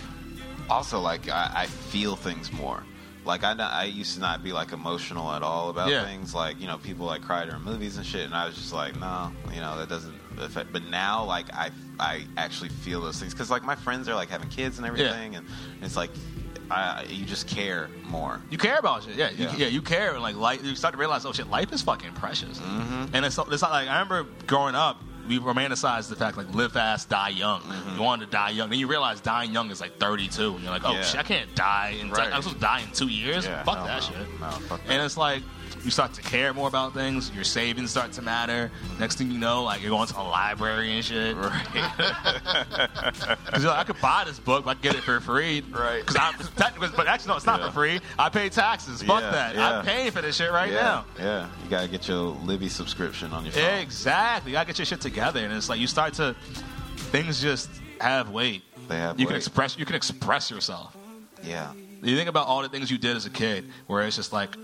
also like I, I feel things more. Like I, not- I used to not be like emotional at all about
Yeah.
things. Like you know, people like cry during movies and shit, and I was just like, no, you know, that doesn't affect. But now, like I, I actually feel those things because like my friends are like having kids and everything, and it's like, I, you just care more.
You care about shit, yeah, you, yeah.
Yeah.
You care, and like life, you start to realize, oh shit, life is fucking precious.
Mm-hmm.
And it's, it's not like I remember growing up, we romanticized the fact like live fast, die young.
Mm-hmm.
You wanted to die young, then you realize dying young is like 32, and you're like, oh
Yeah.
shit, I can't die. In
Right.
I'm supposed to die in two years.
Yeah,
fuck
hell
that
no.
shit.
No, fuck that.
And it's like you start to care more about things. Your savings start to matter.
Mm-hmm.
Next thing you know, like you're going to the library and shit. Because like, I could buy this book, but I could get it for free.
Right.
Because I'm technically, but actually, no, it's not
Yeah.
for free. I pay taxes. Fuck
Yeah,
that.
yeah.
I'm paying for this shit right
yeah,
now.
yeah. You gotta get your Libby subscription on your phone.
Exactly. You gotta get your shit together, and it's like you start to things just have weight.
They have
You can
weight.
express. You can express yourself.
Yeah,
You think about all the things you did as a kid, where it's just like,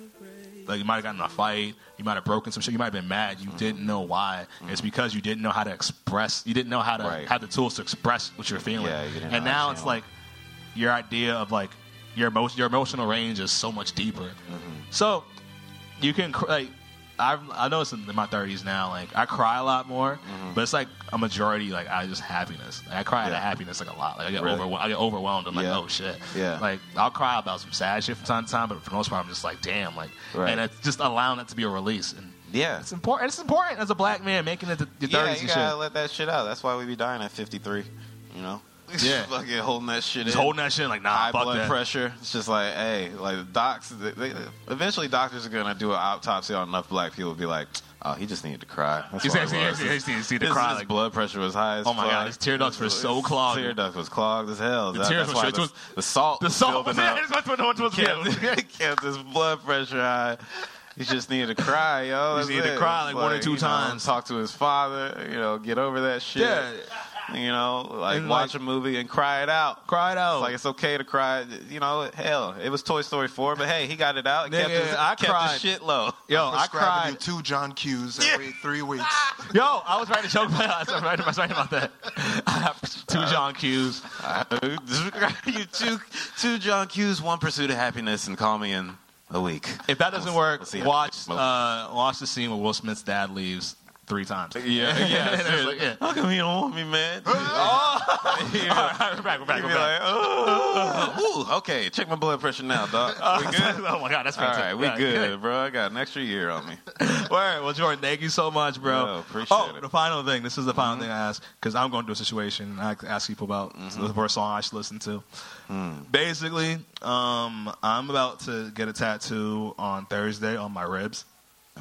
like you might have gotten in a fight, you might have broken some shit, you might have been mad, you didn't know why. It's because you didn't know how to express, you didn't know how to
Mm-hmm. Right.
have the tools to express what you're feeling.
Yeah, you didn't know
and
how to
now it's
channel.
like your idea of like your emo- your emotional range is so much deeper.
Mm-hmm.
So you can cr- like. I've, I know it's in my 30s now. Like I cry a lot more, but it's like a majority. Like I just happiness. Like, I cry out
Mm-hmm. Yeah.
of happiness like a lot. Like I get
Really?
overwhelmed. I get overwhelmed. I'm
Yeah.
like, oh shit.
Yeah.
Like I'll cry about some sad shit from time to time, but for the most part, I'm just like, damn. Like,
Right.
and it's just allowing that to be a release. And
yeah.
it's important. It's important as a black man making it to your 30s
Yeah,
and
you
shit.
gotta let that shit out. That's why we be dying at 53. You know,
Yeah.
fucking holding that shit.
just
in.
holding that shit. Like, nah,
high
fuck
blood
that.
pressure. It's just like, hey, like the docs. They, they, eventually, doctors are gonna do an autopsy on enough black people. to Be like, oh, he just needed to cry. That's
You
what
see,
it
you see, you
was.
see, you see, you see the
His,
cry.
his
Like,
blood pressure was high. As
Oh my
fuck.
God, his tear ducts were so clogged.
Tear duct was clogged as hell.
The
That-
tears
that's
were
why
straight
the,
to
the salt.
the
was
salt.
building up.
Yeah.
kept, kept his blood pressure high. He just needed to cry, yo.
He just
That's
needed to
it.
cry,
It's
like, one or two
you know,
times.
talk to his father. You know, get over that shit.
Yeah.
You know, like
And,
watch
like-
a movie and cry it out.
Cry it out.
It's like it's okay to cry. You know, hell, it was Toy Story four, but hey, he got it out. and kept
Nigga,
his,
I
kept
cried.
his shit low.
Yo, I
Prescribing
cried.
you two John Q's every three weeks.
Yo, I was writing a joke about that. I was writing I was writing about that. I have two
Uh,
John Q's.
you two, two John Q's, one pursuit of happiness, and call me in a week.
If that doesn't work,
We'll see how-
watch
we'll-
uh, watch the scene where Will Smith's dad leaves three times.
Yeah, yeah.
seriously.
seriously. How come you don't want me, man?
All right, we're back. We're back.
You'd
We're
be
back.
like, oh, ooh, okay, check my blood pressure now, dog. We good?
oh my god, that's
All right,
fantastic.
we
Yeah,
good, bro. I got an extra year on me.
Word. Well, Jordan, thank you so much, bro.
Yo, appreciate
oh,
it. Mm-hmm.
the final thing. This is the final thing I ask because I'm going to a situation and I ask people about the first song I should listen to.
Mm.
Basically, um, I'm about to get a tattoo on Thursday on my ribs,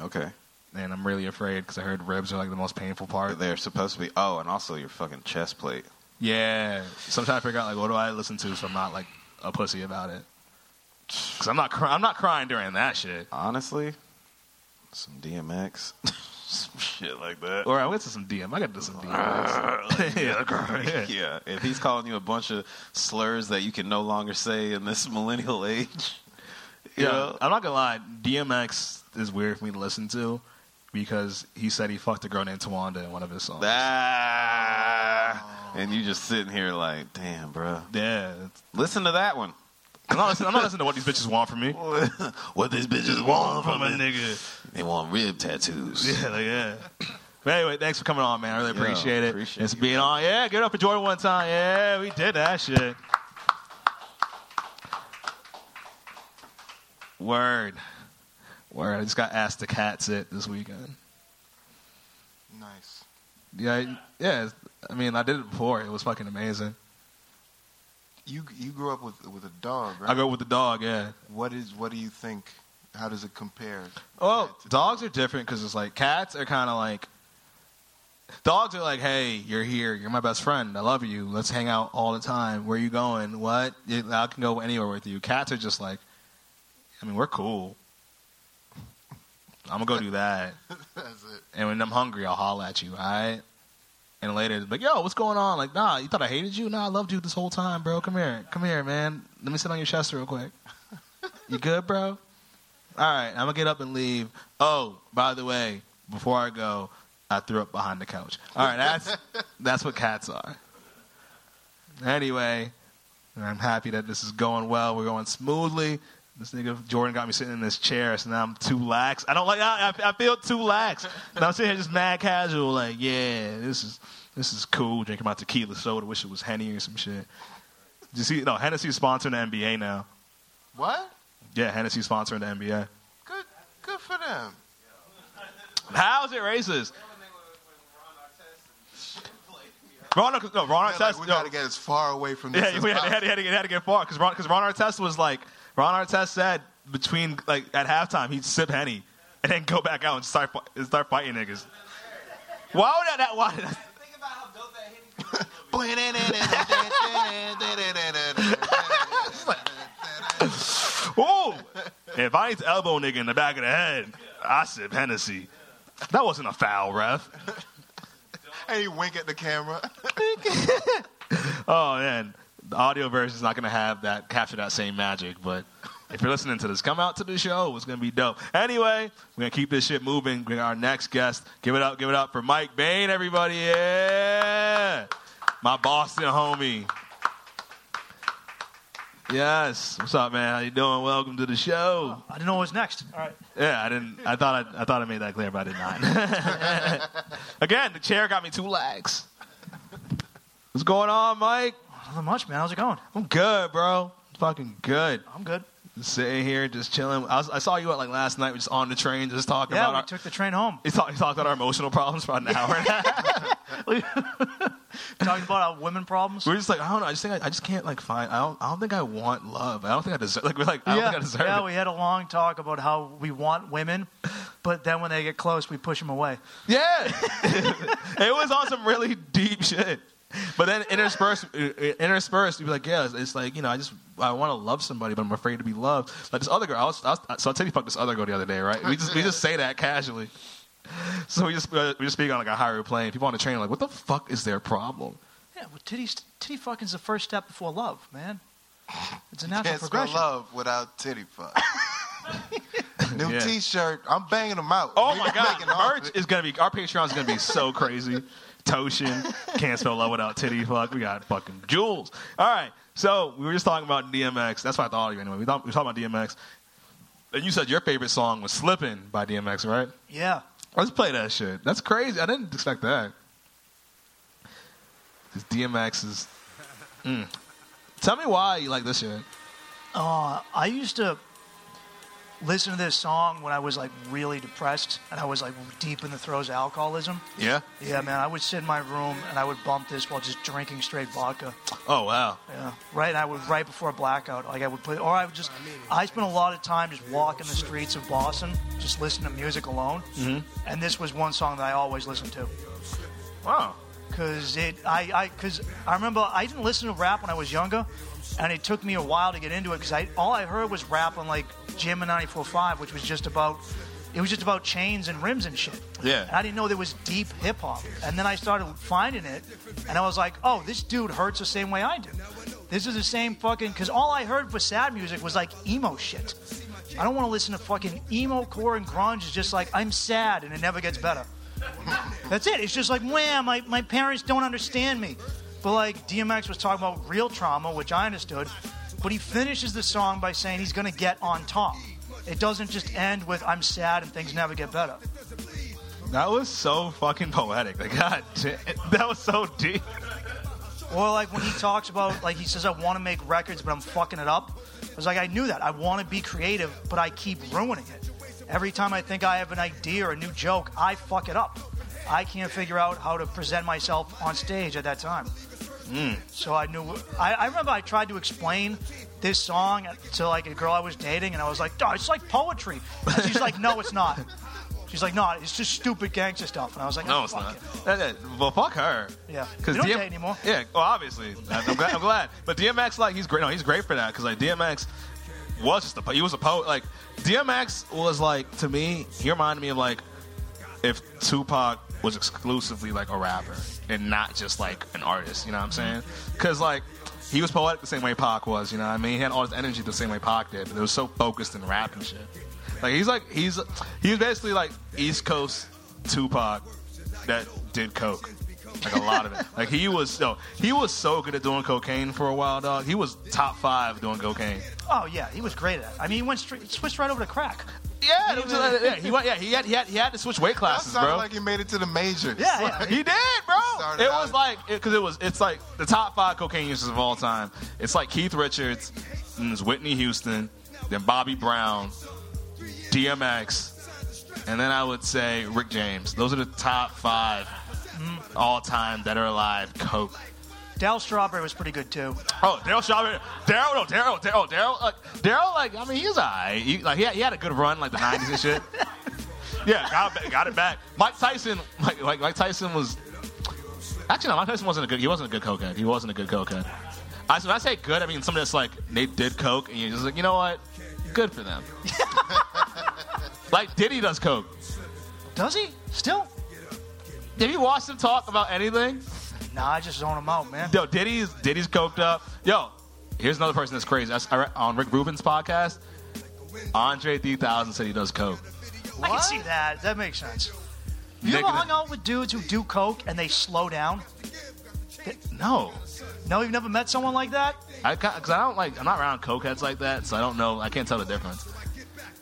Okay.
and I'm really afraid because I heard ribs are like the most painful part.
They're supposed to be. Oh, and also your fucking chest plate.
Yeah. So I'm trying to figure out like what do I listen to so I'm not like a pussy about it. Cause I'm not cry- I'm not crying during that shit.
Honestly, some DMX, some shit like that.
Or I went to some DM. I got to do some DM. yeah, yeah.
Yeah, if he's calling you a bunch of slurs that you can no longer say in this millennial age, you
Yeah,
know?
I'm not gonna lie. DMX is weird for me to listen to because he said he fucked a girl named Tawanda in one of his songs.
Ah, and you just sitting here like, damn, bro.
yeah, it's-
Listen to that one.
I'm not, listening, I'm not listening to what these bitches want from me.
what these bitches want
From
from
a
it?
nigga.
They want rib tattoos.
Yeah, like, yeah. But anyway, thanks for coming on, man. I really
Yeah,
appreciate it.
appreciate
it's
you,
being on. Yeah, give it up for Jordan one time. Yeah, we did that shit. Word. Word. I just got asked to cats it this weekend.
Nice.
Yeah, I- yeah. I mean, I did it before. It was fucking amazing.
You you grew up with with a dog, right?
I go with the dog, yeah.
What is what do you think? How does it compare?
Well, Oh, dogs are different because it's like cats are kind of like dogs are like, hey, you're here, you're my best friend, I love you, let's hang out all the time. Where you going? What? Yeah, I can go anywhere with you. Cats are just like, I mean, we're cool. I'm gonna go do that,
That's it.
and when I'm hungry, I'll holler at you, all right? And later, it's like, yo, what's going on? Like, nah, you thought I hated you? Nah, I loved you this whole time, bro. Come here, come here, man. Let me sit on your chest real quick. You good, bro? All right, I'm gonna get up and leave. Oh, by the way, before I go, I threw up behind the couch. All right, that's that's what cats are. Anyway, I'm happy that this is going well. We're going smoothly. This nigga Jordan got me sitting in this chair, so now I'm too lax. I don't like. I, I I feel too lax. And I'm sitting here just mad casual, like, yeah, this is this is cool. Drinking my tequila soda. Wish it was Henny or some shit. Did you see? No, Hennessy's sponsoring the NBA now.
What?
Yeah, Hennessy's sponsoring the NBA.
Good good for them.
How is it racist? Ron, Ar- no, Ron
Yeah,
Artest.
like, we
no.
gotta get as far away from this.
yeah,
as
we had, they had,
possible.
they had, to get- they had to get far because Ron, 'cause Ron Artest was like, Ron Artest said between like at halftime he'd sip henny and then go back out and start fi- and start fighting niggas. Why would that? that why? Ooh, if I need to elbow a nigga in the back of the head, I sip Hennessy. That wasn't a foul, ref.
and he wink at the camera.
Oh man, the audio version is not going to have that capture that same magic. But if you're listening to this, come out to the show. It's going to be dope. Anyway, we're going to keep this shit moving. We got our next guest. Give it up, give it up for Mike Bain, everybody. Yeah, my Boston homie. Yes, what's up, man? How you doing? Welcome to the show.
I didn't know what was next. All right.
Yeah, I didn't. I thought I, I thought I made that clear, but I did not. Again, the chair got me two lags. What's going on, Mike?
Nothing much, man. How's it going?
I'm good, bro. Fucking good.
I'm good.
Sitting here, just chilling. I, was, I saw you at like last night, just on the train, just talking
Yeah,
about
we
our.
took the train home.
we talked, we talked about our emotional problems for an hour. and a half.
Talking about our women problems.
We're just like, I don't know. I just think I, I just can't like find. I don't. I don't think I want love. I don't think I deserve. Like we're like, I don't
yeah,
think I deserve.
yeah
it.
we had a long talk about how we want women, but then when they get close, we push them away.
Yeah, it was on some really deep shit. But then interspersed, uh, interspersed, you'd be like, yeah, it's, it's like you know, I just I want to love somebody, but I'm afraid to be loved. Like this other girl, I was, I was, so I tell you, fuck this other girl the other day, right? We just we just say that casually. So we just uh, we just speak on like a higher plane. People on the train are like, what the fuck is their problem?
Yeah, well, titty, titty fucking's the first step before love, man. It's a natural
Can't spell
progression.
love without titty fuck. New
Yeah.
T-shirt. I'm banging them out.
Oh
Niggas
my god,
making off
merch
it.
is gonna be our Patreon is gonna be so crazy. Toshin can't spell love without titty. Fuck, we got fucking jewels. All right, so we were just talking about DMX. That's why I thought of you anyway. We, thought, we were talking about DMX, and you said your favorite song was "Slippin'" by DMX, right?
Yeah.
Let's play that shit. That's crazy. I didn't expect that. 'Cause DMX is. Mm. Tell me why you like this shit.
Uh, I used to listen to this song when I was like really depressed and I was like deep in the throes of alcoholism.
Yeah.
Yeah, man. I would sit in my room and I would bump this while just drinking straight vodka.
Oh wow.
Yeah, right. And I would right before a blackout, like I would play, or I would just. I spent a lot of time just walking the streets of Boston, just listening to music alone. Mm-hmm. And this was one song that I always listened to,
Wow.
cause it. I, I, cause I remember I didn't listen to rap when I was younger, and it took me a while to get into it, cause I all I heard was rap on like Jim and 94.5, which was just about. It was just about chains and rims and shit.
Yeah.
And I didn't know there was deep hip hop. And then I started finding it, and I was like, oh, this dude hurts the same way I do. This is the same fucking. Because all I heard for sad music was like emo shit. I don't want to listen to fucking emo core and grunge. It's just like I'm sad and it never gets better. That's it. It's just like, wham, my, my parents don't understand me. But like DMX was talking about real trauma, which I understood. But he finishes the song by saying he's gonna get on top. It doesn't just end with I'm sad and things never get better.
That was so fucking poetic. Like, God, damn, that was so deep.
Or like when he talks about like he says I want to make records but I'm fucking it up. I was like I knew that. I want to be creative but I keep ruining it. Every time I think I have an idea or a new joke, I fuck it up. I can't figure out how to present myself on stage at that time. So I knew. I, I remember I tried to explain this song to like a girl I was dating, and I was like, "Duh, "It's like poetry." And she's like, "No, it's not." She's like, "No, it's just stupid gangster stuff." And I was like, "Oh,
No, it's
fuck
not.
it."
That- that- well, fuck her.
Yeah.
Because
They don't date anymore.
Yeah, well, obviously. I'm glad. I'm glad. But DMX, like, he's great. No, he's great for that. Because like, DMX was just a po- he was a poet. Like, DMX was like to me, he reminded me of like if Tupac was exclusively like a rapper and not just like an artist. You know what I'm saying? Because like. He was poetic the same way Pac was, you know. what I mean, he had all his energy the same way Pac did, but it was so focused in rap and shit. Like he's like he's he was basically like East Coast Tupac that did coke. Like a lot of it. Like he was no, he was so good at doing cocaine for a while, dog. He was top five doing cocaine.
Oh yeah, he was great at. it. I mean, he went straight, switched right over to crack.
Yeah, it was, uh, yeah, he went, yeah, he had, he had he had to switch weight
That
classes,
sounded
bro.
like you made it to the majors.
Yeah, yeah.
he did, bro.
Started
It
out-
was like because it, was it's like the top five cocaine users of all time. It's like Keith Richards, and it's Whitney Houston, then Bobby Brown, DMX, and then I would say Rick James. Those are the top five mm, all time that are alive coke
Dal Strawberry was pretty good too.
Oh, Daryl Strawberry. Daryl, no, Daryl, Daryl, Daryl. Like, Daryl, like, I mean, he's all right. He, like, he had, he had a good run, like, the 90s and shit. yeah, got, ba- got it back. Mike Tyson, like, like, Mike Tyson was. Actually, no, Mike Tyson wasn't a good. He wasn't a good cokehead. He wasn't a good cokehead. I, when I say good, I mean somebody that's like they did coke, and you're just like, you know what? Good for them. like Diddy does coke.
Does he still?
Have you watched him talk about anything?
Nah, I just zone him out, man.
Yo, Diddy's Diddy's coked up. Yo, here's another person that's crazy. That's, I, re- on Rick Rubin's podcast, Andre 3000 said he does coke.
I can see that. That makes sense. You
They
ever
can-
hung out with dudes who do coke and they slow down?
No,
No, you've never met someone like that.
I because I don't like I'm not around cokeheads like that, so I don't know. I can't tell the difference.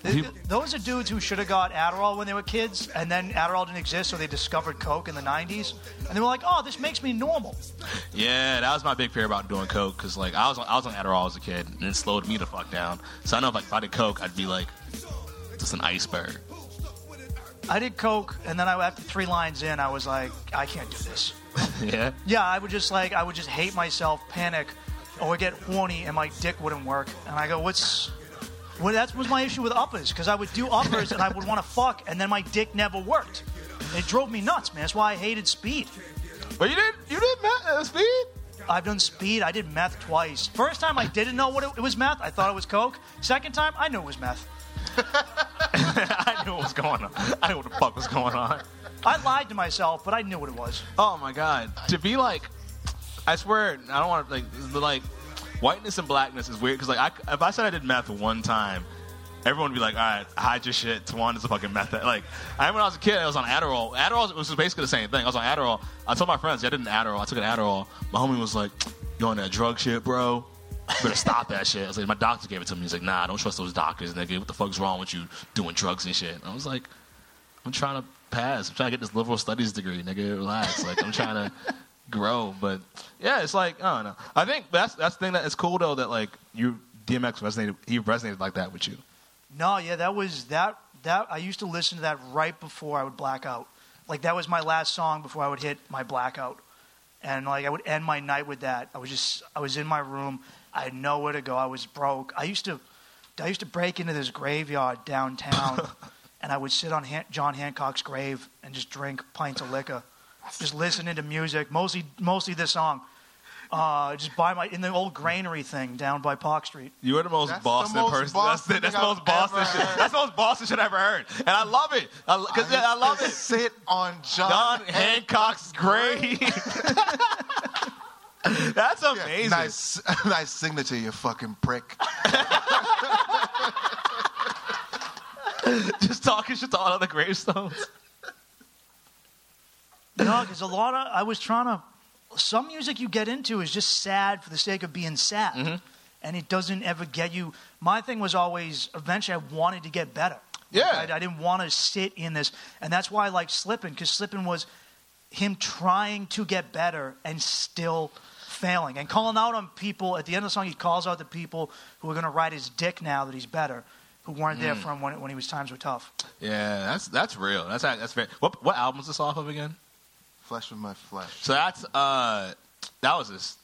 Th-
He-
Those are dudes who should have got Adderall when they were kids, and then Adderall didn't exist, so they discovered Coke in the 90s. And they were like, oh, this makes me normal.
Yeah, that was my big fear about doing coke because like I was on, I was on Adderall as a kid and it slowed me the fuck down. So I know if, like, if I did coke, I'd be like just an iceberg.
I did Coke, and then I, after three lines in, I was like, I can't do this.
yeah.
Yeah, I would just like, I would just hate myself, panic, or get horny, and my dick wouldn't work. And I go, what's. Well, that was my issue with uppers, because I would do uppers and I would want to fuck, and then my dick never worked. It drove me nuts, man. That's why I hated speed.
But you didn't you didn't ma- uh, speed.
I've done speed. I did meth twice. First time I didn't know what it, it was meth. I thought it was coke. Second time I knew it was meth.
I knew what was going on. I knew what the fuck was going on.
I lied to myself, but I knew what it was.
Oh my god, to be like, I swear, I don't want to like, the, like, whiteness and blackness is weird because like, I, if I said I did meth one time, everyone would be like, all right, hide your shit. Tawan is a fucking meth. head." Like, I remember when I was a kid, I was on Adderall. Adderall was basically the same thing. I was on Adderall. I told my friends, yeah, I did an Adderall. I took an Adderall. My homie was like, you on that drug shit, bro? You better stop that shit. I was like, my doctor gave it to me. He's like, nah, don't trust those doctors, nigga. What the fuck's wrong with you doing drugs and shit? And I was like, I'm trying to pass. I'm trying to get this liberal studies degree, nigga. Relax. Like I'm trying to grow, but yeah, it's like I don't know. I think that's that's the thing that is cool though that like you DMX resonated. He resonated like that with you.
No, yeah, that was that that I used to listen to that right before I would black out. Like that was my last song before I would hit my blackout. And like I would end my night with that. I was just I was in my room. I had nowhere to go. I was broke. I used to I used to break into this graveyard downtown and I would sit on Han- John Hancock's grave and just drink pints of liquor. Just listening to music, mostly mostly this song. Uh, just by my in the old granary thing down by Park Street.
You are the most
That's the
Boston
most
person.
Boston
that's the, that's
thing
the
I've
most Boston
ever
shit.
heard.
That's the most Boston shit I've ever heard, and I love it. I, lo- Cause yeah, I love
used to
it.
Sit on John.
Don Hancock's grave. that's
Yeah,
amazing.
Nice, nice signature, you fucking prick.
just talking shit to all other gravestones.
No, because a lot of I was trying to. Some music you get into is just sad for the sake of being sad, and it doesn't ever get you. My thing was always eventually I wanted to get better.
Yeah.
I, I didn't want to sit in this, and that's why I liked Slippin' because Slippin' was him trying to get better and still failing and calling out on people. At the end of the song, he calls out the people who are going to ride his dick now that he's better, who weren't there for him when, when he was times were tough.
Yeah, that's that's real. That's that's fair. What what album is this off of again?
Flesh with my flesh.
So that's uh, that was his.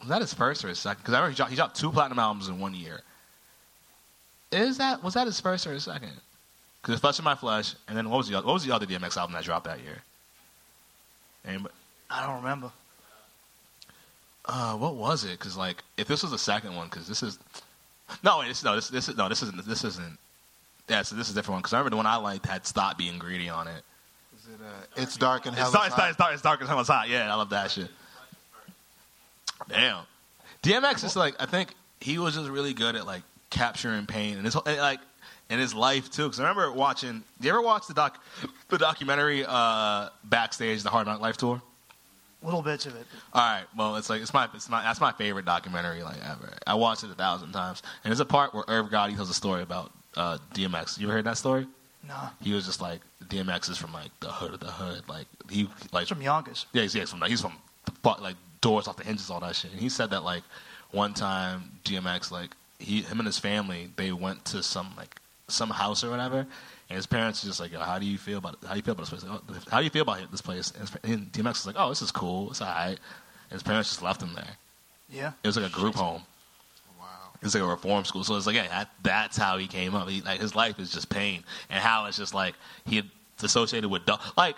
Was that his first or his second? Because I remember he dropped, he dropped two platinum albums in one year. Is that was that his first or his second? Because Flesh in My Flesh, and then what was the oth- what was the other DMX album that dropped that year? And
I don't remember.
uh, what was it? Because like if this was the second one, because this is no wait, this no this this is no this isn't this isn't yeah so this is a different one because I remember the one I liked had "Stop Being Greedy" on it.
Is it, uh, it's dark and hell.
It's dark, it's, dark, it's, dark, it's dark as hell. It's hot. Yeah, I love that shit. Damn. DMX is like, I think he was just really good at like capturing pain and his whole, and like in his life too. Because I remember watching. You ever watch the doc, the documentary uh, backstage, the Hard Knock Life tour?
Little bits of it.
All right. Well, it's like it's my it's my that's my favorite documentary like ever. I watched it a thousand times, and there's a part where Irv Gotti tells a story about uh, DMX. You ever heard that story?
Nah,
He was just like DMX is from like the hood of the hood. Like he like
it's from Yonkers.
yeah, he's, yeah, he's from like, he's from the fu- like doors off the hinges, all that shit. And he said that like one time DMX like he him and his family they went to some like some house or whatever, and his parents were just like, Yo, how do you feel about how do you feel about this place? Oh, how do you feel about this place? And, his, pa- and DMX was like, oh, this is cool, it's alright. And his parents just left him there.
Yeah.
It was like a group home.
Wow.
It's like a reform school. So it's like, yeah, that, that's how he came up. He, like his life is just pain, and how it's just like he had associated with dogs. Like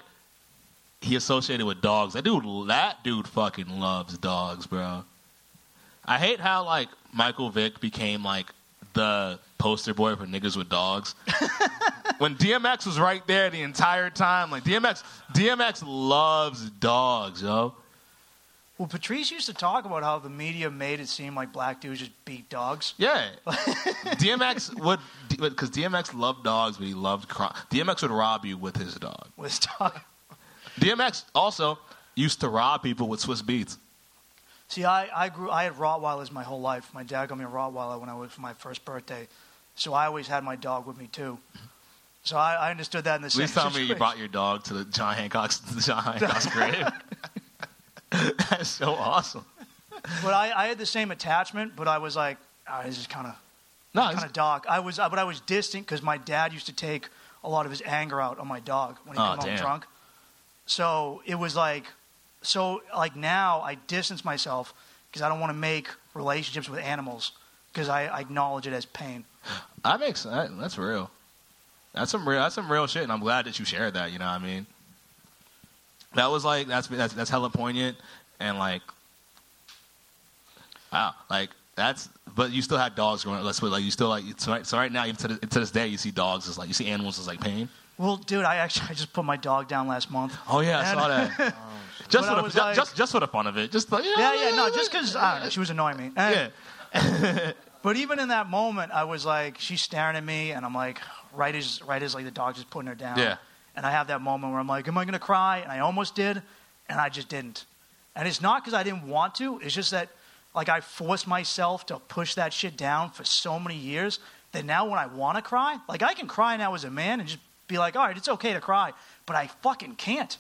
he associated with dogs. That dude, that dude fucking loves dogs, bro. I hate how like Michael Vick became like the poster boy for niggas with dogs. when DMX was right there the entire time, like DMX, DMX loves dogs, yo.
Well, Patrice used to talk about how the media made it seem like black dudes just beat dogs.
Yeah. DMX would because DMX loved dogs, but he loved crime. DMX would rob you with his dog.
With dog.
DMX also used to rob people with Swiss beats.
See, I, I grew. I had Rottweilers my whole life. My dad got me a Rottweiler when I was for my first birthday, so I always had my dog with me too. So I, I understood that in the same
Please tell me you
situation.
brought your dog to the John Hancock's to the John Hancock's grave. That's so awesome.
But I, I had the same attachment, but I was like, ah, this is kind of
No, it's,
kind of dog. I was, I- but I was distant because my dad used to take a lot of his anger out on my dog when he
Aw,
came home
damn.
drunk. So it was like, so like now I distance myself because I don't want to make relationships with animals because I, I acknowledge it as pain.
that makes that, that's real. That's some real. That's some real shit, and I'm glad that you shared that. You know what I mean? That was like that's that's that's hella poignant, and like, wow, like that's. But you still had dogs growing up. Let's put it like you still like. So right, so right now, even to, this, to this day, you see dogs as like you see animals as like pain.
Well, dude, I actually I just put my dog down last month.
Oh yeah, I
And-
saw that. just
But Oh, I
for the,
was
ju-
like-
just just for the fun of it, just like
Yeah, yeah, no, just because I don't know, she was annoying me. Eh,
yeah.
But even in that moment, I was like, she's staring at me, and I'm like, right as right as like the dog's just putting her down.
Yeah.
And I have that moment where I'm like, am I gonna cry? And I almost did, and I just didn't. And it's not because I didn't want to. It's just that like I forced myself to push that shit down for so many years that now when I want to cry, like I can cry now as a man and just be like, all right, it's okay to cry, but I fucking can't.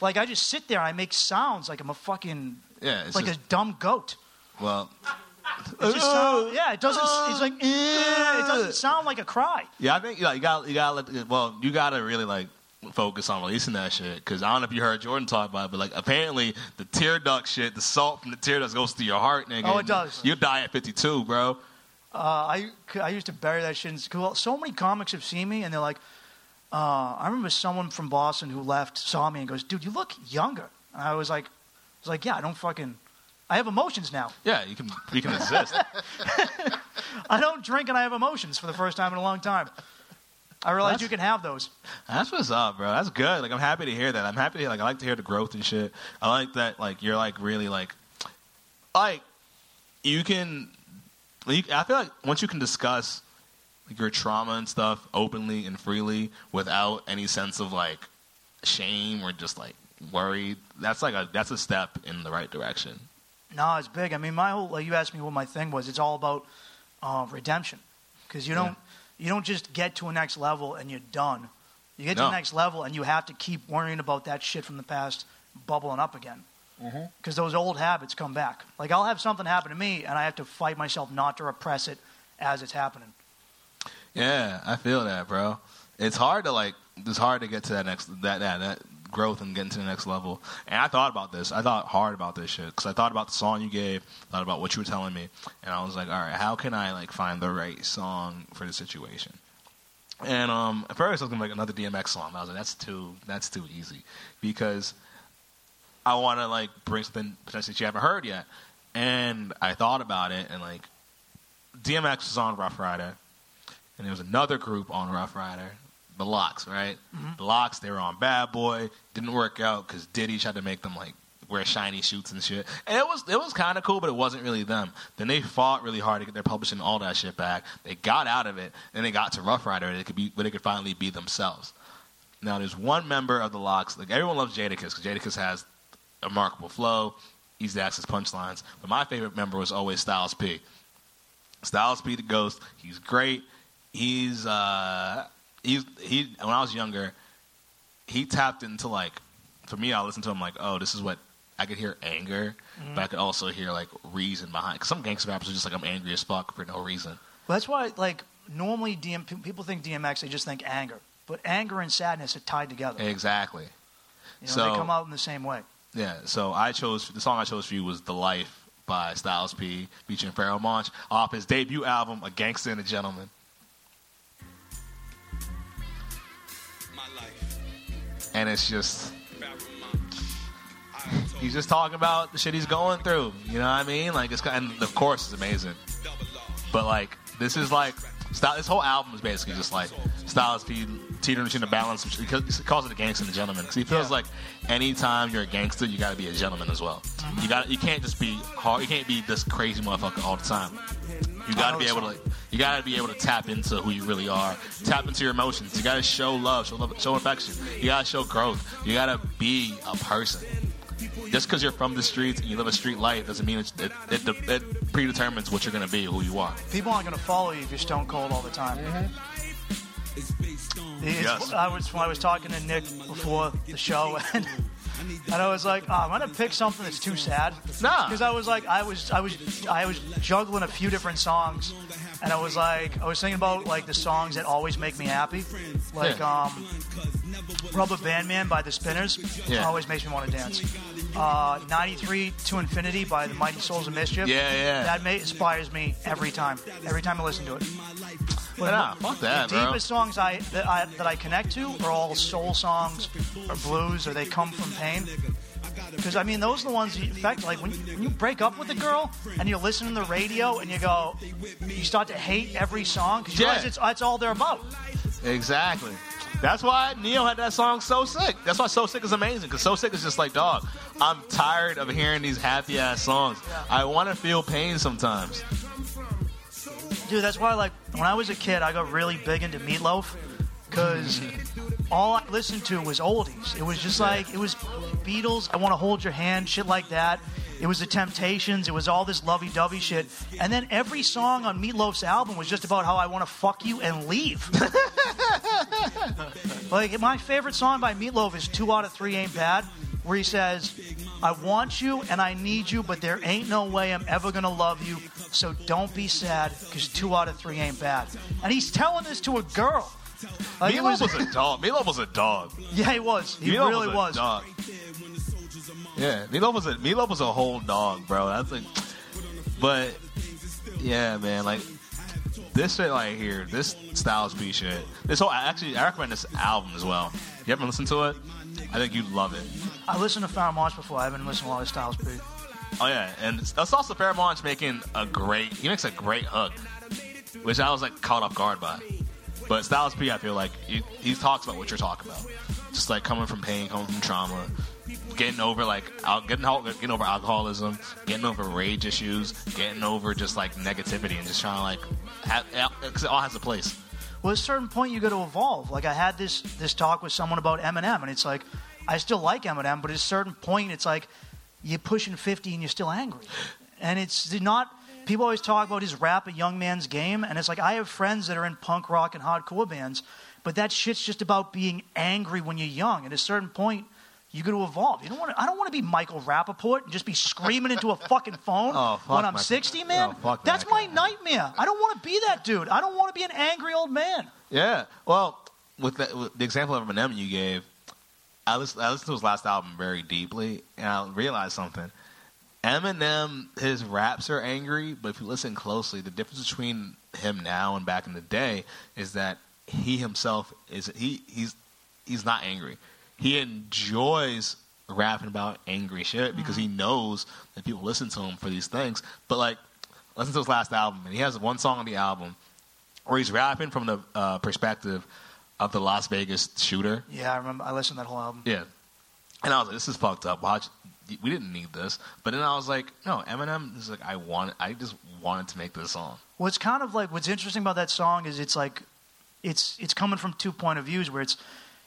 Like I just sit there and I make sounds like I'm a fucking
Yeah, it's
like
just-
a dumb goat.
Well,
It just sound, yeah, it doesn't. It's like eh, it doesn't sound like a cry.
Yeah, I think like, you got you got let well, you got to really like focus on releasing that shit because I don't know if you heard Jordan talk about it, but like apparently the tear duct shit, the salt from the tear ducts goes through your heart, nigga.
Oh, it
and
does.
You die at fifty two, bro.
Uh, I I used to bury that shit in school. So many comics have seen me and they're like, uh, I remember someone from Boston who left saw me and goes, dude, you look younger. And I was like, I was like, yeah, I don't fucking. I have emotions now.
Yeah, you can you can exist.
I don't drink and I have emotions for the first time in a long time. I realized
That's-
you can have those.
That's what's up, bro. That's good. Like I'm happy to hear that. I'm happy to like I like to hear the growth and shit. I like that like you're like really like like you can. You, I feel like once you can discuss like your trauma and stuff openly and freely without any sense of like shame or just like worry. That's like a that's a step in the right direction.
No, it's big. I mean, my whole like you asked me what my thing was. It's all about uh, redemption because you don't you don't just get to a next level and you're done. You get to
No.
the next level and you have to keep worrying about that shit from the past bubbling up again
Mm-hmm.
because those old habits come back. Like I'll have something happen to me and I have to fight myself not to repress it as it's happening.
Yeah, I feel that, bro. It's hard to like. It's hard to get to that next that that, that growth and getting to the next level. And I thought about this. I thought hard about this shit because I thought about the song you gave. Thought about what you were telling me, and I was like, all right, how can I like find the right song for the situation? And um, at first I was gonna make another DMX song. I was like, that's too that's too easy because I want to like bring something potentially that you haven't heard yet. And I thought about it, and like DMX was on Rough Rider and there was another group on Rough Rider, the Locks, right? The Locks, they were on Bad Boy. Didn't work out because Diddy tried to make them like wear shiny suits and shit. And it was it was kind of cool, but it wasn't really them. Then they fought really hard to get their publishing all that shit back. They got out of it, and they got to Rough Rider. And it could be where they could finally be themselves. Now there's one member of the Locks. Like everyone loves Jadakiss because Jadakiss has a remarkable flow, easy to access punchlines. But my favorite member was always Styles P. Styles P the Ghost. He's great. He's uh he's he when I was younger, he tapped into like for me I listened to him like, oh, this is what I could hear anger,
Mm-hmm.
but I could also hear like reason behind. Cause some gangster rappers are just like I'm angry as fuck for no reason.
Well, that's why like normally DM pe- people think DMX they just think anger, but anger and sadness are tied together.
Exactly.
you know,
so-
they come out in the same way.
Yeah, so I chose the song I chose for you was "The Life" by Styles P, featuring Pharoah Monch, off his debut album "A Gangster and a Gentleman." And it's just he's just talking about the shit he's going through. You know what I mean? Like it's kind and the chorus is amazing, but like this is like Sty- this whole album is basically just like Styles P teetering between the balance. He ca- he calls it a gangster and a gentleman because he feels like anytime you're a gangster, you got to be a gentleman as well. You got you can't just be hard. You can't be this crazy motherfucker all the time. You got to be able to. You got to be able to tap into who you really are. Tap into your emotions. You got to show love, show love, show affection. You got to show growth. You got to be a person just because you're from the streets and you live a street life doesn't mean it's, it, it, it, predetermines what you're going to be, who you are.
People aren't going to follow you if you're stone cold all the time. It's-
Yes.
I was when I was talking to Nick before the show, and, and I was like, oh, I'm gonna pick something that's too sad.
Nah.
because I was like, I was I was I was juggling a few different songs, and I was like, I was thinking about like the songs that always make me happy, like
Yeah.
um, Rubber Band Man by the Spinners,
Yeah.
always makes me want to dance. Uh, 93 to Infinity by the Mighty Souls of Mischief.
Yeah, yeah.
That ma- inspires me every time. Every time I listen to it. But
Nah, fuck that,
the
bro.
deepest songs I that, I that I connect to are all soul songs or blues or they come from pain. Because I mean, those are the ones. You, in fact, like when you, when you break up with a girl and you're listening to the radio and you go, you start to hate every song because you
Yeah.
realize it's that's all they're about.
Exactly. That's why Neo had that song "So Sick." That's why "So Sick" is amazing because "So Sick" is just like, dog. I'm tired of hearing these happy ass songs. I want to feel pain sometimes.
Dude, that's why, like, when I was a kid, I got really big into Meatloaf because all I listened to was oldies. It was just like, it was Beatles, I Want to Hold Your Hand, shit like that. It was The Temptations, it was all this lovey dovey shit. And then every song on Meatloaf's album was just about how I want to fuck you and leave. like, my favorite song by Meatloaf is Two Out of Three Ain't Bad, where he says, I want you and I need you, but there ain't no way I'm ever gonna love you. So don't be sad, because two out of three ain't bad. And he's telling this to a girl. Like, it
Meatloaf was a dog. Meatloaf was a dog.
yeah, he was. He
Meatloaf
really
a
was.
Dog. Yeah, Meatloaf was a Meatloaf was a whole dog, bro. That's like, but yeah, man, like this shit right here, this Styles P shit, this whole actually, I recommend this album as well. You haven't listened to it? I think you'd love it.
I listened to Farrah Monch before. I haven't listened to a lot of Styles P.
Oh yeah, and that's also Fairmont's making a great. He makes a great hook, which I was like caught off guard by. But Styles P, I feel like he, he talks about what you're talking about, just like coming from pain, coming from trauma, getting over like al- getting al- getting over alcoholism, getting over rage issues, getting over just like negativity, and just trying to like have, cause it all has a place.
Well, at a certain point, you got to evolve. Like I had this this talk with someone about Eminem, and it's like I still like Eminem, but at a certain point, it's like you're pushing fifty and you're still angry, and it's not. People always talk about his rap a young man's game, and it's like I have friends that are in punk rock and hardcore bands, but that shit's just about being angry when you're young. At a certain point, you got to evolve. You don't want. I don't want to be Michael Rappaport and just be screaming into a fucking phone
Oh, fuck
when I'm
Michael.
60, man.
Oh, fuck
That's
that
my
guy.
nightmare. I don't want to be that dude. I don't want to be an angry old man.
Yeah. Well, with the, with the example of Eminem you gave, I listened, I listened to his last album very deeply, and I realized something. Eminem, his raps are angry, but if you listen closely, the difference between him now and back in the day is that he himself is he he's he's not angry. He enjoys rapping about angry shit because he knows that people listen to him for these things. But like, listen to his last album, and he has one song on the album where he's rapping from the uh, perspective of the Las Vegas shooter.
Yeah, I remember. I listened to that whole album.
Yeah. And I was like, this is fucked up. Why'd you- we didn't need this. But then I was like, no, Eminem is like, I want, I just wanted to make this song.
What's kind of like what's interesting about that song is it's like it's it's coming from two point of views where it's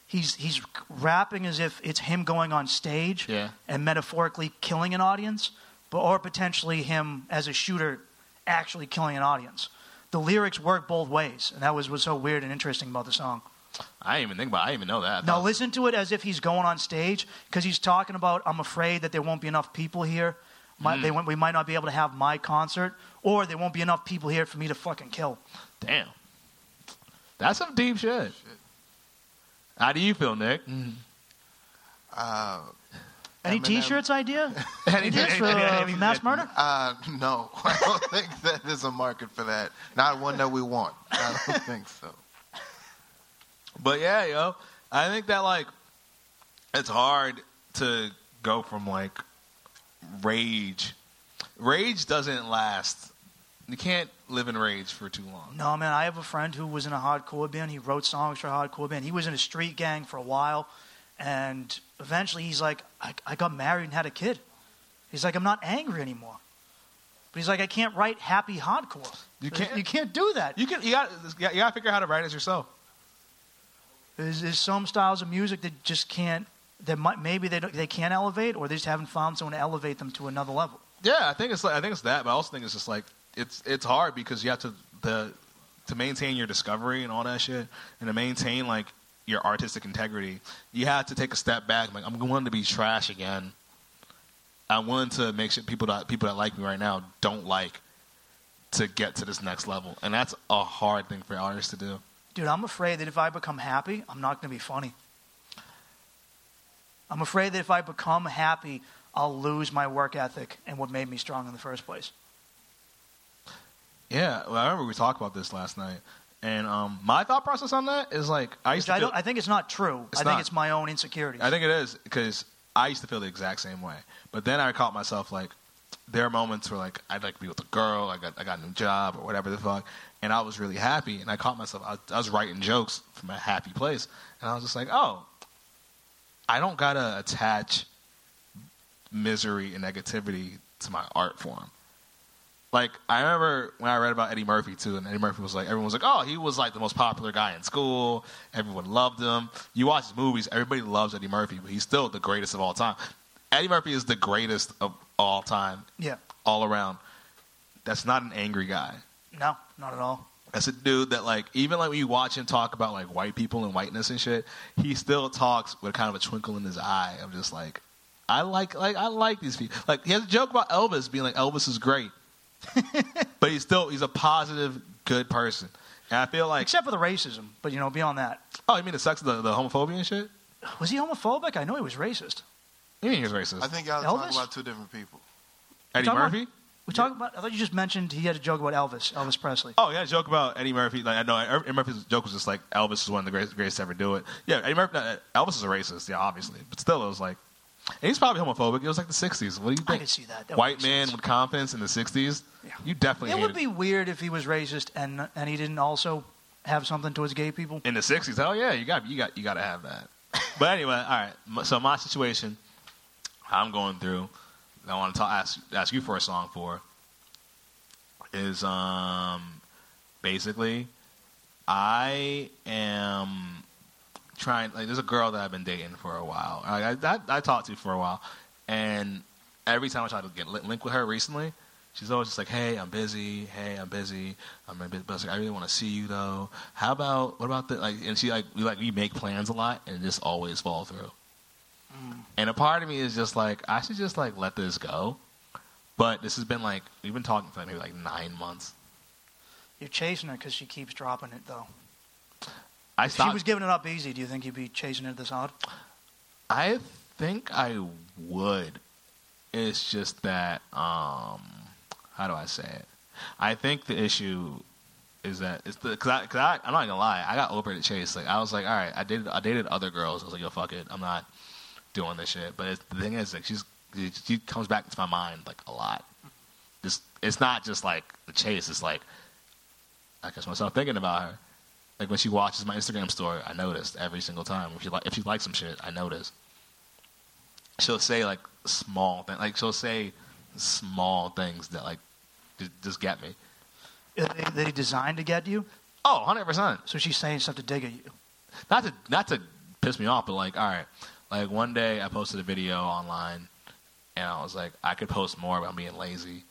he's he's rapping as if it's him going on stage
Yeah.
and metaphorically killing an audience, but or potentially him as a shooter actually killing an audience. The lyrics work both ways, and that was what's so weird and interesting about the song.
I didn't even think about it. I didn't even know that. I
Now
thought-
listen to it as if he's going on stage because he's talking about I'm afraid that there won't be enough people here. My, they, won't- we might not be able to have my concert, or there won't be enough people here for me to fucking kill.
damn. That's some deep shit. How do you feel, Nick?
Uh,
Any
Eminem.
T-shirts idea? Any
Anything-
ideas for uh,
anything-
mass murder?
uh, no, I don't think that there's a market for that. Not one that we want. I don't think so.
But yeah, yo, I think that like it's hard to go from like rage. Rage doesn't last. You can't live in rage for too long.
No, man. I have a friend who was in a hardcore band. He wrote songs for a hardcore band. He was in a street gang for a while, and eventually he's like, I, I got married and had a kid. He's like, I'm not angry anymore. But he's like, I can't write happy hardcore.
You can't-
You can't do that.
You can you got you got to figure out how to write it yourself.
There's, there's some styles of music that just can't. That might, maybe they don't, they can't elevate, or they just haven't found someone to elevate them to another level.
Yeah, I think it's like I think it's that, but I also think it's just like it's it's hard because you have to the to maintain your discovery and all that shit, and to maintain like your artistic integrity, you have to take a step back. Like I'm willing to be trash again. I wanted to make sure people that people that like me right now don't like to get to this next level, and that's a hard thing for artists to do.
Dude, I'm afraid that if I become happy, I'm not going to be funny. I'm afraid that if I become happy, I'll lose my work ethic and what made me strong in the first place.
Yeah, well, I remember we talked about this last night, and um, my thought process on that is like I used
Which
to
I,
feel-
don't, I think it's not true.
It's
I think
not.
it's my own insecurities.
I think it is because I used to feel the exact same way, but then I caught myself like there are moments where like I'd like to be with a girl, I got I got a new job or whatever the fuck, and I was really happy, and I caught myself I, I was writing jokes from a happy place, and I was just like, oh, I don't gotta attach misery and negativity to my art form. Like I remember when I read about Eddie Murphy too, and Eddie Murphy was like, everyone was like, oh, he was like the most popular guy in school. Everyone loved him. You watch his movies, everybody loves Eddie Murphy, but he's still the greatest of all time. Eddie Murphy is the greatest of all time,
yeah.
all around. That's not an angry guy.
No, not at all.
That's a dude that like even like when you watch him talk about like white people and whiteness and shit, he still talks with kind of a twinkle in his eye of just like I like like I like these people. Like he has a joke about Elvis being like Elvis is great. but he's still he's a positive, good person. And I feel like
Except for the racism, but you know, beyond that.
oh, you mean the sex the, the homophobia and shit?
Was he homophobic? I know he was racist.
You mean he was racist.
I think y'all are
Elvis?
talking about two different people.
Eddie
talking
Murphy?
We talking about, I thought you just mentioned he had a joke about Elvis, Elvis Presley.
Oh yeah, joke about Eddie Murphy. Like I know Eddie Murphy's joke was just like Elvis is one of the greatest, greatest to ever do it. Yeah, Eddie Murphy. no, Elvis is a racist. Yeah, obviously, but still, it was like, and he's probably homophobic. It was like the '60s. What do you think?
I could see that. That would
White
make
man
sense.
with confidence in the '60s.
Yeah.
You definitely
It
hated-
would be weird if he was racist and, and he didn't also have something towards gay people.
in the '60s. Hell yeah, you got you got you got to have that. but anyway, all right. m- So my situation, I'm going through. that I want to talk, ask ask you for a song for is um basically I am trying like there's a girl that I've been dating for a while. I I, that I talked to for a while, and every time I try to get li- linked with her recently, she's always just like, "Hey, I'm busy. Hey, I'm busy. I'm a bit, but it's like, I really want to see you though. How about what about the like?" And she like we like we make plans a lot and just always fall through. And a part of me is just like, I should just like let this go. But this has been like we've been talking for like, maybe like nine months.
You're chasing her because she keeps dropping it, though.
I
If she
stopped.
was giving it up easy, do you think you'd be chasing her this hard?
I think I would. It's just that um, how do I say it? I think the issue is that it's the because I, cause I I'm not gonna lie I got over the chase like I was like all right I dated I dated other girls I was like yo fuck it I'm not doing this shit but it's, the thing is like she's she comes back to my mind like a lot this it's not just like the chase it's like I catch myself thinking about her like when she watches my Instagram story, I notice every single time. If she like, if she likes some shit, I notice. She'll say like small thing, like she'll say small things that like just, just get me.
Are they, they designed to get you,
Oh, 100 percent.
so she's saying stuff to dig at you.
Not to not to piss me off, but like all right, like one day I posted a video online, and I was like, I could post more, but I'm being lazy.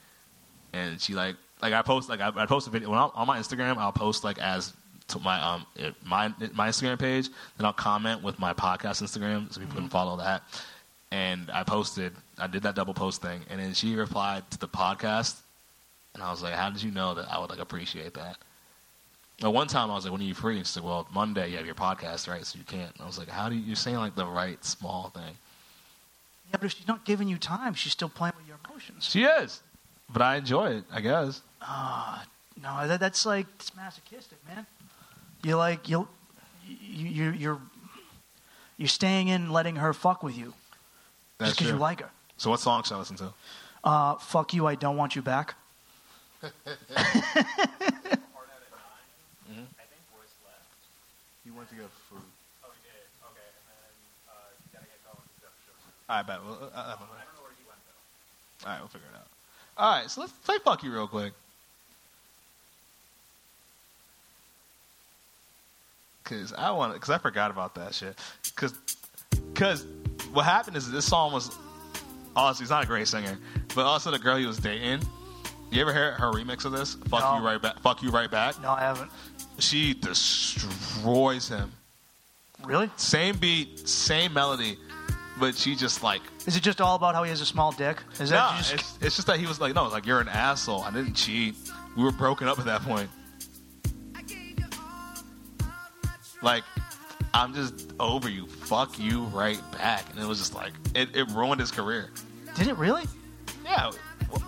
And she like like I post like I, I post a video when I'm, on my Instagram. I'll post like as to my um it- my my Instagram page, then I'll comment with my podcast Instagram so people can follow that. And I posted, I did that double post thing, and then she replied to the podcast, and I was like, "How did you know that I would like appreciate that?" Now, one time I was like, "When are you free?" And she's like, "Well, Monday you have your podcast, right? So you can't." And I was like, "How do you?" You're saying like the right small thing.
Yeah, but if she's not giving you time, she's still playing with your emotions.
She is, but I enjoy it, I guess.
Ah, no, that, that's like it's masochistic, man. You're like you'll, you you you're you're staying in, letting her fuck with you
That's
just because you
true.
like her.
So, what song should I listen to?
Uh, fuck you, I don't want you back.
He went to get food.
I bet. Well, uh, I don't know where he went though. All right, we'll figure it out. All right, so let's play "Fuck You" real quick. Cause I want, cause I forgot about that shit. Cause, cause what happened is this song was honestly he's not a great singer, but also the girl he was dating. You ever hear her remix of this? Fuck
No.
you right back. Fuck you right back.
No, I haven't.
She destroys him.
Really?
Same beat, same melody, but she just like
Is it just all about how he has a small dick? Is that
Nah,
you just,
it's, it's just that he was like, no, it's like you're an asshole. I didn't cheat. We were broken up at that point. Like, I'm just over you. Fuck you right back. And it was just like it, it ruined his career.
did it really?
Yeah.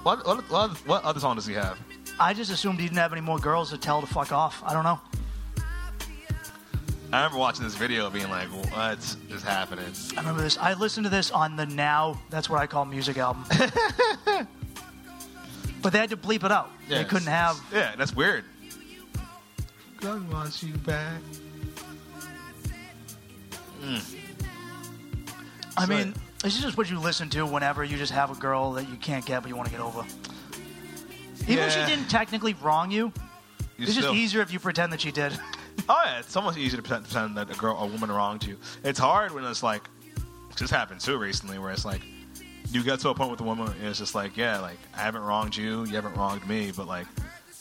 What what, what what other song does he have?
I just assumed he didn't have any more girls to tell to fuck off. I don't know.
I remember watching this video, being like, what is happening?
I remember this. I listened to this on the Now. That's what I call music album. but they had to bleep it out.
Yeah,
They couldn't have.
Yeah, that's weird. God wants you back.
I
So-
mean, this is just what you listen to whenever you just have a girl that you can't get but you want to get over. Even if she
Yeah.
didn't technically wrong you,
You
it's
still-
just easier if you pretend that she did.
Oh yeah, it's almost easy to pretend, pretend that a girl, a woman wronged you. It's hard when it's like, 'cause this happened too recently, where it's like, you get to a point with a woman, and it's just like, yeah, like I haven't wronged you, you haven't wronged me, but like,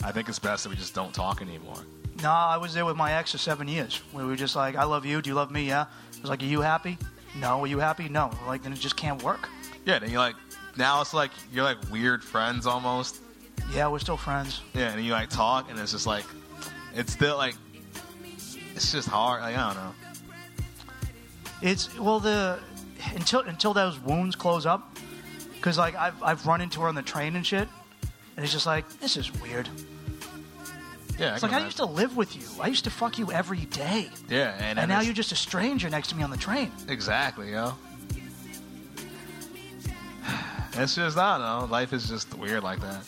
I think it's best that we just don't talk anymore.
no, I was there with my ex for seven years. We were just like, I love you. Do you love me? Yeah. It was like, Are you happy? No. Are you happy? No. We're Like, then it just can't work.
Yeah, then you like, now it's like you're like weird friends almost.
Yeah, we're still friends.
Yeah, and you like talk, and it's just like, it's still like, it's just hard. Like I don't know.
It's well the until until those wounds close up, because like I've I've run into her on the train and shit, and it's just like this is weird.
Yeah,
It's
I
like
can
I used to live with you. I used to fuck you every day,
imagine. Yeah, and,
and now
it's-
you're just a stranger next to me on the train.
Exactly, yo. It's just I don't know. Life is just weird like that.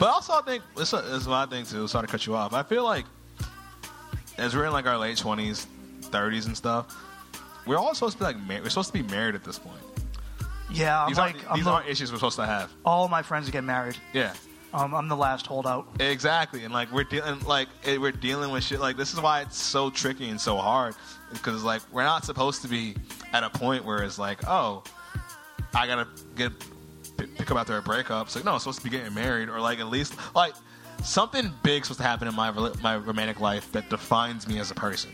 But also, I think this is this is my thing too. Sorry to cut you off. I feel like as we're in like our late twenties, thirties, and stuff, we're all supposed to be like mar- we're supposed to be married at this point.
Yeah, I'm
these
like,
aren't,
I'm
these
the-
aren't issues we're supposed to have.
all my friends get married.
Yeah,
Um, I'm the last holdout.
exactly. And like we're dealing like eh, we're dealing with shit like this is why it's so tricky and so hard because like we're not supposed to be at a point where it's like oh I gotta get p- pick up after a breakup. It's like no, I'm supposed to be getting married or like at least like something big's supposed to happen in my rela- my romantic life that defines me as a person.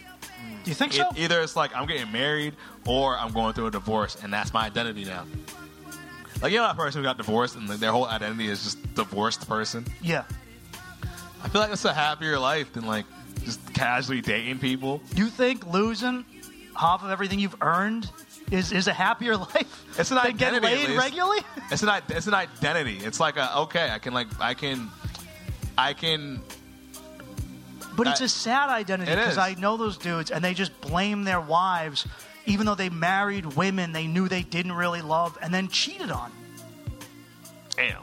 Do you think
It-
so?
either it's like I'm getting married or I'm going through a divorce, and that's my identity now. Like you know that person who got divorced and like, their whole identity is just divorced person.
yeah.
I feel like it's a happier life than like just casually dating people.
You think losing half of everything you've earned is is a happier life?
It's an
than getting
identity, at
laid
least.
regularly.
It's an i- it's an identity. It's like a okay, I can like I can I can
But it's
I-
a sad identity
It
because
is.
I know those dudes, and they just blame their wives, even though they married women they knew they didn't really love, and then cheated on.
damn.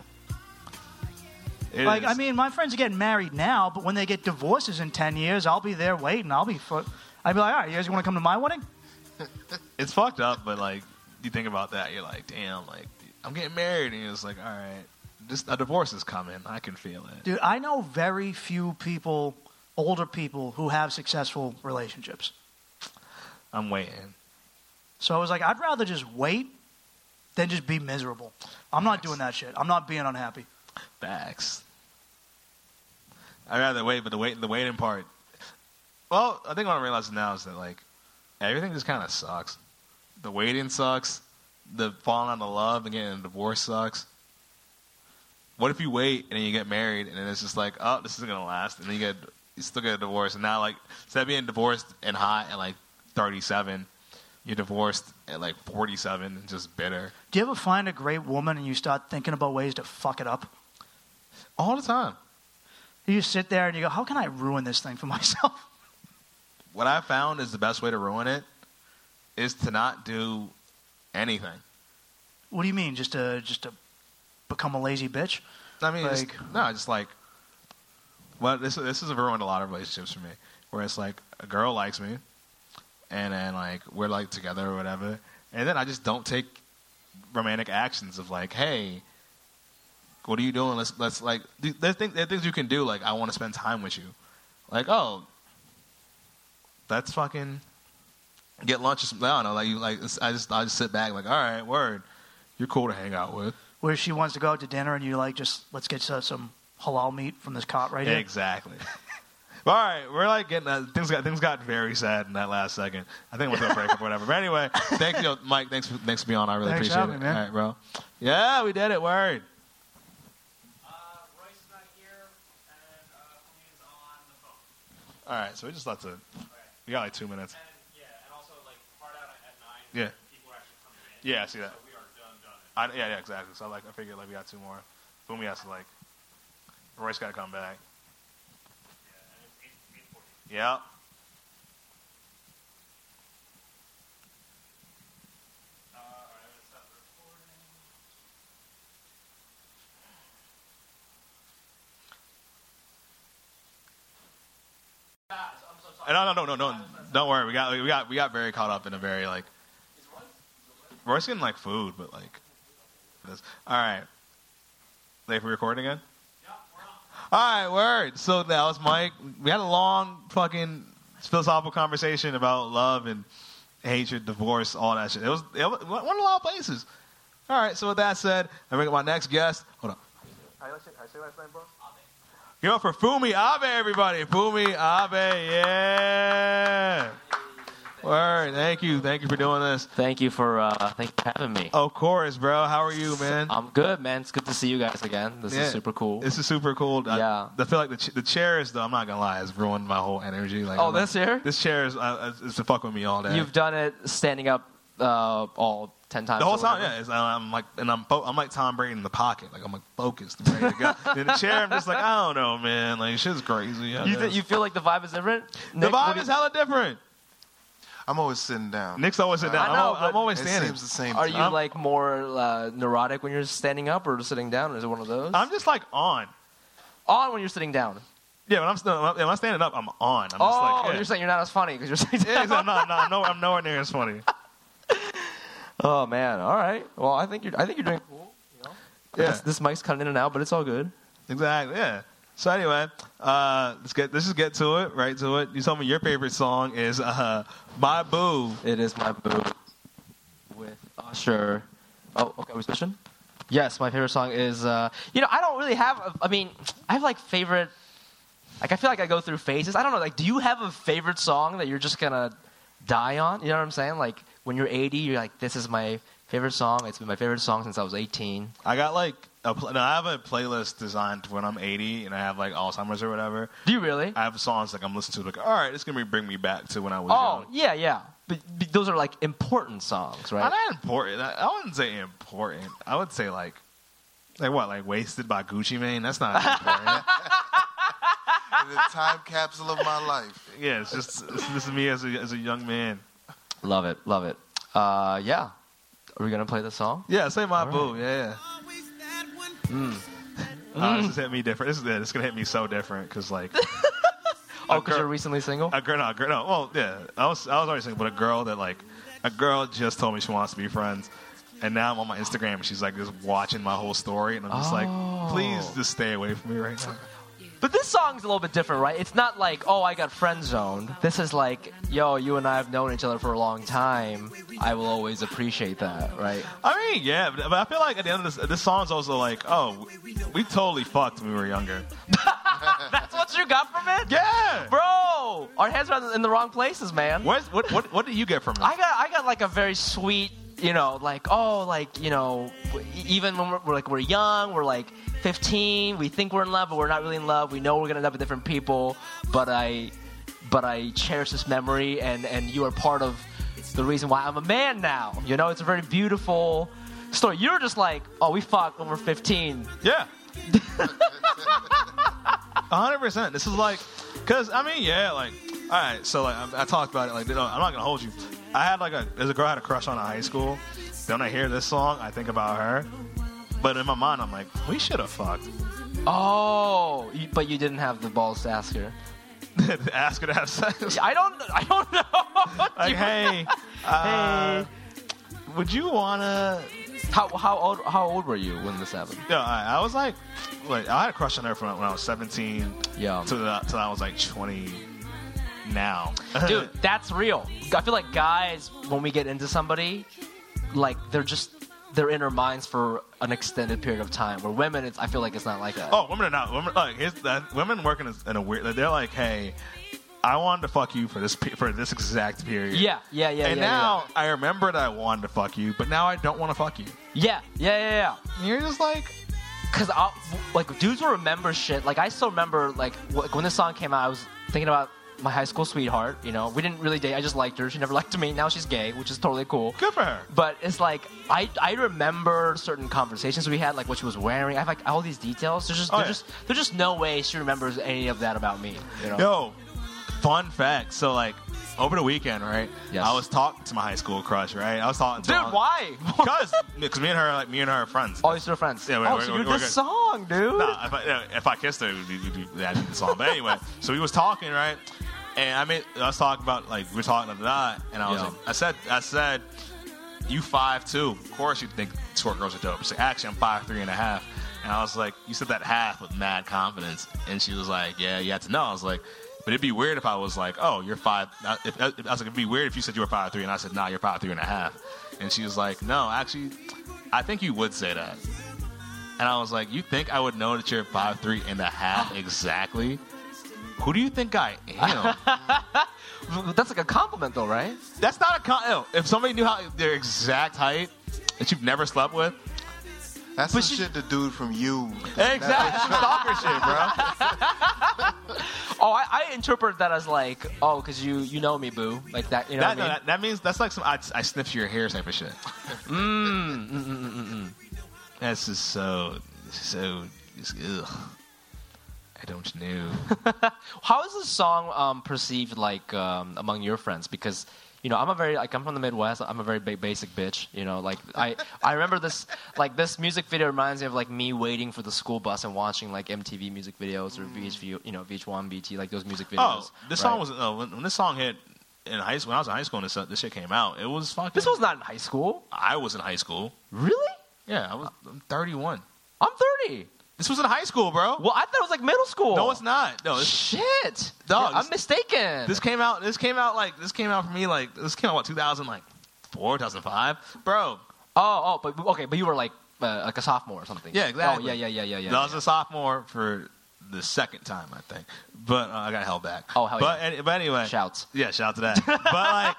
It
like
is.
I mean, my friends are getting married now, but when they get divorces in ten years, I'll be there waiting. I'll be for. I'd be like, all right, you guys want to come to my wedding?
it's fucked up, but like you think about that, you're like, damn, like I'm getting married, and it's like, all right, this a divorce is coming. I can feel it.
Dude, I know very few people, older people, who have successful relationships.
I'm waiting.
So I was like, I'd rather just wait than just be miserable. I'm not doing that shit. I'm not being unhappy.
Facts. I'd rather wait, but the wait, the waiting part. Well, I think what I'm realizing now is that like everything just kind of sucks. The waiting sucks. The falling out of love and getting a divorce sucks. What if you wait and then you get married and then it's just like, oh, this isn't gonna last, and then you get you still get a divorce, and now like instead of being divorced and hot at like 37, you're divorced at like 47 and just bitter
Do you ever find a great woman and you start thinking about ways to fuck it up?
all the time.
You just sit there and you go, how can I ruin this thing for myself?
what I found is the best way to ruin it is to not do anything.
What do you mean? Just to just to become a lazy bitch?
I mean, just-
Like-
no, just like, well, this this has ruined a lot of relationships for me. Where it's like a girl likes me, and then like we're like together or whatever, and then I just don't take romantic actions of like, hey, what are you doing? Let's let's like th- there's things, there's things you can do. Like I want to spend time with you. Like oh, that's fucking get lunch. Or something. I don't know. Like you like it's- I just I just sit back like all right, word, you're cool to hang out with.
Where she wants to go out to dinner and you're like, just let's get some- some halal meat from this cot right here.
Exactly. All right, we're like getting uh, things got things got very sad in that last second. I think we're gonna break up or whatever. But anyway, thank you, Mike. Thanks for thanks for being on. I really
Thanks for
appreciate
having
it.
me, man.
All right, bro. Yeah, we did it. Word. All right, so we just left to. We got like two minutes. Yeah. Yeah, I see that. I, yeah, yeah, exactly. So like, I figured like we got two more. Boom, we has to like. Royce got to come back. Yep. No, no, no, no, no! Don't worry. We got, we got, we got very caught up in a very like. Royce getting like food, but like. This. All right. Like, we recording again? All right, word. So that was Mike. We had a long fucking philosophical conversation about love and hatred, divorce, all that shit. It was it went went a lot of places. All right. So with that said, I bring up my next guest. Hold on. How you say, last name, bro? Give it up for Fumi Abe, everybody. Fumi Abe, yeah. Word. Thank you. Thank you for doing this.
Thank you for uh, thank you for having me.
Of course, bro. How are you, man?
I'm good, man. It's good to see you guys again. This
Yeah.
is super cool.
This is super cool. I-
Yeah.
I, feel like the, ch- the chair is though. I'm not gonna lie, it's ruined my whole energy. Like,
oh,
I'm like-
this year
this chair is uh, is- is to fuck with me all day.
you've done it standing up uh, all ten times.
the whole
or
time,
whatever.
yeah. It's, uh, I'm like, and I'm fo- I'm like Tom Brady in the pocket. Like I'm like focused, ready to go. in the chair, I'm just like, I don't know, man. Like shit's crazy. out
You,
there.
th- you feel like the vibe is different?
the
Nick, what
vibe
do
is hella different.
I'm always sitting down.
Nick's always sitting down.
I know,
I'm, al- I'm
but-
always
it
standing.
seems the same.
Are
to
you
me.
like more uh, neurotic when you're standing up or sitting down? Or is it one of those?
I'm just like on.
on when you're sitting down.
Yeah, when I'm, st- when I'm standing up, I'm on. I'm just
oh,
like, yeah.
you're saying you're not as funny because you're sitting
Yeah,
down.
he's like, no, no, I'm nowhere, I'm nowhere near as funny.
Oh man! All right. Well, I think you're. I think you're doing cool. You know?
Yeah.
This, this mic's cutting in and out, but it's all good.
Exactly. Yeah. So anyway, uh, let's get let's just get to it, right to it. You told me your favorite song is uh, "My Boo."
It is my boo. With Usher. Oh, okay. Are we switching?
Yes, my favorite song is. Uh, you know, I don't really have. A, I mean, I have like favorite. Like I feel like I go through phases. I don't know. Like, do you have a favorite song that you're just gonna die on? You know what I'm saying? Like when you're 80, you're like, this is my favorite song. It's been my favorite song since I was 18.
I got like a pl- no, I have a playlist designed when I'm 80 and I have like Alzheimer's or whatever.
Do you really?
I have songs like I'm listening to like all right, it's gonna be- bring me back to when I was
Oh
young.
yeah, yeah. But, but those are like important songs, right?
Not that important. I, I wouldn't say important. I would say like like what like wasted by Gucci Mane. That's not important.
the time capsule of my life.
yeah, it's just it's, this is me as a as a young man.
Love it, love it. Uh, yeah. Are we gonna play the song?
Yeah, say my boo. Yeah.
Mm.
Uh, this is hit me different. This is yeah, this is gonna hit me so different because like
Oh, because you're recently single.
a girl, no, a girl, no. Well, yeah, I was I was already single, but a girl that like a girl just told me she wants to be friends, and now I'm on my Instagram and she's like just watching my whole story, and I'm just like, please just stay away from me right now.
But this song's a little bit different, right? It's not like, oh, I got friend zoned. This is like, yo, you and I have known each other for a long time. I will always appreciate that, right?
I mean, yeah, but, but I feel like at the end of this, this song's also like, oh, we, we totally fucked when we were younger.
That's what you got from it?
Yeah,
Bro, our heads are in the wrong places, man.
Where's, what what what did you get from it?
I got I got like a very sweet, you know, like oh, like you know, w- even when we're, we're like we're young, we're like 15, we think we're in love, but we're not really in love. We know we're gonna end up with different people, but I, but I cherish this memory, and and you are part of the reason why I'm a man now. You know, it's a very beautiful story. You're just like, oh, we fucked when we're 15.
Yeah. 100%. This is like, because, I mean, yeah, like, all right, so, like, I, I talked about it, like, you know, I'm not going to hold you. I had, like, a, there's a girl I had a crush on in high school. Then I hear this song, I think about her. But in my mind, I'm like, we should have fucked.
Oh, you, but you didn't have the balls to ask her.
Ask her to have sex.
I don't. I don't know.
Like, hey, uh, would you want to.
How, how old how old were you when this happened?
Yeah, I, I was like, like, I had a crush on her from when I was 17
Yeah.
to the, till I was like 20 now.
Dude, that's real. I feel like guys when we get into somebody, like they're just they're in our minds for an extended period of time. Where women, it's, I feel like it's not like that.
Oh, women are not. Women, like, here's that, women working in a weird. Like, they're like, hey, I wanted to fuck you for this pe- for this exact period.
Yeah, yeah, yeah.
and
yeah,
now I remember that I wanted to fuck you, but now I don't want to fuck you.
yeah, yeah, yeah, yeah.
And you're just like,
because like dudes will remember shit. Like I still remember like wh- like, when this song came out, I was thinking about my high school sweetheart. You know, we didn't really date. I just liked her. She never liked me. Now she's gay, which is totally cool.
good for her.
But it's like I, I remember certain conversations we had, like what she was wearing. I have like all these details. There's just
Oh,
there's
yeah.
just there's just no way she remembers any of that about me. You know?
Yo, fun fact. So like, over the weekend, right?
Yes.
I was talking to my high school crush, right? I was talking to
Dude, why?
Because because me and her, like me and her are friends.
Oh, you're still friends.
Yeah, we're-
oh,
we're-
so
we're
you're
good.
this song, dude.
Nah, if I, no, if I kissed her, it would be, would be that'd be the song. But anyway, so we was talking, right? And I mean, I was talking about like we we're talking about that, and I was
Yeah.
like, I said, I said, you five two. Of course, you think short girls are dope. She's like, actually, I'm five three and a half. And I was like, you said that half with mad confidence, and she was like, yeah, you had to know. I was like. But it'd be weird if I was like, "Oh, you're five. I- If, I was like, "It'd be weird if you said you were five three, and I said, "Nah, you're five three and a half." And she was like, "No, actually, I think you would say that." And I was like, you think I would know that you're five three and a half exactly? Who do you think I am?
That's like a compliment, though, right?
That's not a con. ew. If somebody knew how their exact height that you've never slept with,
That's
But
the
she-
shit the dude from you.
exactly some stalker shit, bro.
Oh, I, I interpret that as like, oh, because you you know me, boo, like that. You know
That,
what I
no,
mean?
that, that means that's like some I, I sniffed your hair type of shit. Mm, That's just so so. Just, ugh. I don't know.
How is this song um, perceived like um, among your friends? Because you know, I'm a very like I'm from the Midwest. I'm a very ba- basic bitch. You know, like I I remember this like this music video reminds me of like me waiting for the school bus and watching like MTV music videos or VH you know VH1, BT like those music videos.
Mm. Oh, this song
right?
was uh, when, when this song hit. in high school. When I was in high school, and this, uh, this shit came out. It was fucking. This
was not in high school.
I was in high school.
Really?
Yeah, I was. I'm 31.
I'm 30.
This was in high school, bro.
Well, I thought it was like middle school.
No, it's not. No, it's,
Shit.
Dog,
I'm
this-
mistaken.
This came out. This came out like. This came out for me like. This came out what 2000 like four 2005, bro.
Oh, oh, but okay, but you were like uh, like a sophomore or something.
Yeah, exactly.
Oh, yeah, yeah, yeah, yeah,
I
yeah.
was a sophomore for the second time, I think, but uh, I got held back.
Oh, hell
but,
yeah.
any- but anyway,
Shouts.
Yeah, shout to that. but like,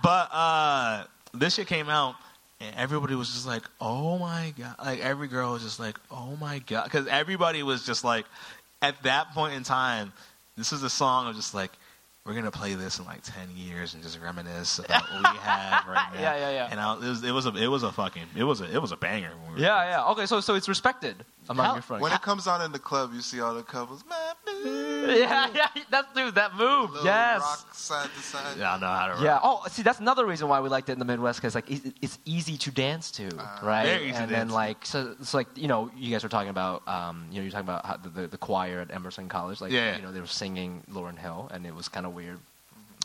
but uh, this shit came out, and everybody was just like, "Oh my god!" Like every girl was just like, "Oh my god!" Because everybody was just like, at that point in time, this is a song of just like. We're gonna play this in like ten years and just reminisce about what we have right now.
Yeah, yeah, yeah.
And I, it was it was a it was a fucking it was a it was a banger. When we were
Yeah, yeah. Okay, so so it's respected among
How-
your friends.
When it comes out in the club, you see all the couples. Man,
yeah, yeah. That's dude. That move.
little
yes.
rock side to side.
Yeah, I know how to.
Yeah. Oh, see, that's another reason why we liked it in the Midwest because like it's, it's easy to dance to, right?
Ah, very easy to
and then
dance to.
like so it's like you know you guys were talking about um you know you're talking about how the, the, the choir at Emerson College like
Yeah.
you know they were singing Lauren Hill and it was kind of weird.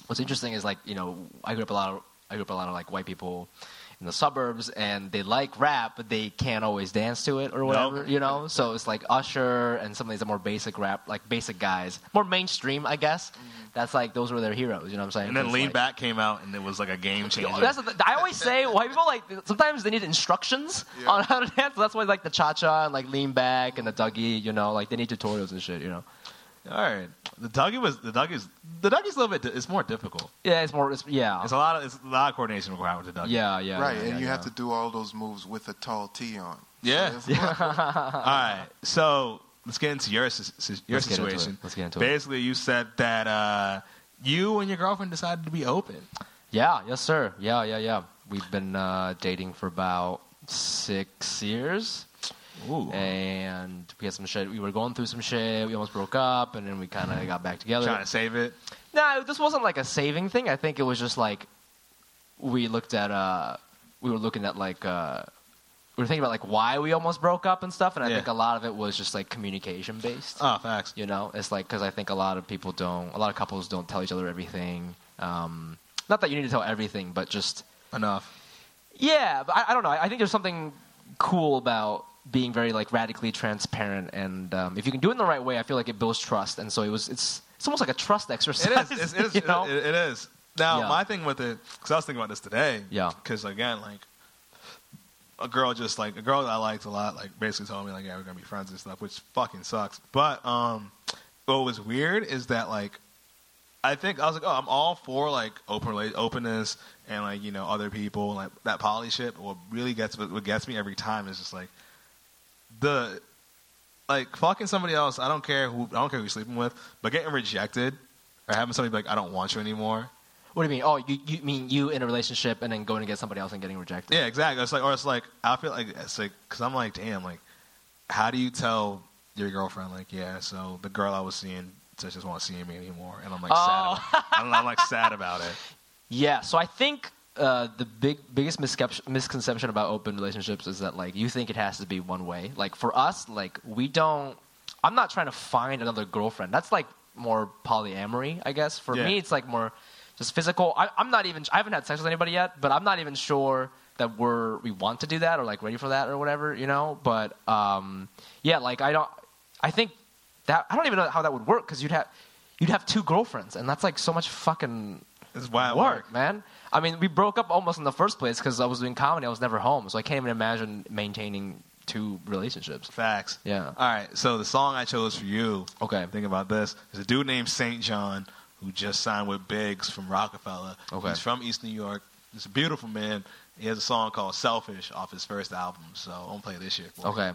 What's interesting is like you know I grew up a lot of I grew up a lot of like white people in the suburbs and they like rap but they can't always dance to it or whatever you know so it's like usher and some of these more basic rap like basic guys more mainstream i guess that's like those were their heroes you know what i'm saying
Mm-hmm. And then
It's
Lean
like-
Back came out, and it was like a game changer.
Yo, that's the th- I always say why people like sometimes they need instructions
Yeah.
on how to dance. That's why like the cha cha and like lean back and the dougie, you know, like they need tutorials and shit, you know.
All right, the Dougie was the Dougie's the Dougie's a little bit. di- It's more difficult.
Yeah, it's more. It's, yeah,
It's a lot of it's a lot of coordination required with the Dougie.
yeah, yeah.
right,
yeah,
and
yeah,
you
yeah.
have to do all those moves with a tall tee on.
Yeah.
So it's-
All right, so let's get into your si- si- your
Let's get into it.
situation.
Let's get into it.
Basically, you said that uh, you and your girlfriend decided to be open.
Yeah, yes, sir. Yeah, yeah, yeah. We've been uh, dating for about six years.
Ooh,
And we had some shit. We were going through some shit. We almost broke up, and then we kind of got back together.
trying to save it.
No, this wasn't like a saving thing. I think it was just like we looked at uh we were looking at like uh we were thinking about like why we almost broke up and stuff and I
Yeah.
think a lot of it was just like communication based.
Oh, facts.
You know, it's like cuz I think a lot of people don't a lot of couples don't tell each other everything. Um not that you need to tell everything, but just
Enough.
yeah, but I, I don't know. I, I think there's something cool about being very like radically transparent, and um, if you can do it in the right way, I feel like it builds trust. And so it was. It's it's almost like a trust
It is.
exercise.
It's, it is.
you know?
it, it is. Now,
Yeah.
my thing with it, because I was thinking about this today.
Yeah.
Because again, like a girl just like a girl that I liked a lot, like basically told me like, yeah, we're gonna be friends and stuff, which fucking sucks. But um, what was weird is that like. I think I was like, oh, I'm all for like open rela- openness and like you know other people and like that poly shit. But what really gets what what gets me every time is just like the like fucking somebody else. I don't care who I don't care who you're sleeping with, but getting rejected or having somebody be like, I don't want you anymore.
What do you mean? Oh, you, you mean you in a relationship and then going to get somebody else and getting rejected?
Yeah, exactly. It's like, or it's like, I feel like it's like, because I'm like, damn, like, how do you tell your girlfriend, like, yeah, so the girl I was seeing just doesn't want to see me anymore, and I'm like
Oh.
sad. About, I'm, I'm like sad about it.
Yeah. So I think uh, the big biggest miscep- misconception about open relationships is that like you think it has to be one way. Like for us, like we don't. I'm not trying to find another girlfriend. That's like more polyamory, I guess. For
Yeah.
me, it's like more just physical. I, I'm not even. I haven't had sex with anybody yet, but I'm not even sure that we're we want to do that or like ready for that or whatever, you know. But um, yeah, like I don't. I think that I don't even know how that would work because you'd have you'd have two girlfriends, and that's like so much fucking
It's why I work.
work, man. I mean, we broke up almost in the first place because I was doing comedy. I was never home, so I can't even imagine maintaining two relationships.
Facts.
Yeah.
All right. So the song I chose for you.
Okay.
Think about this. There's a dude named Saint John who just signed with Biggs from Rockefeller.
Okay.
He's from East New York. He's a beautiful man. He has a song called "Selfish" off his first album. So I'm gonna play this shit. For you.
Okay.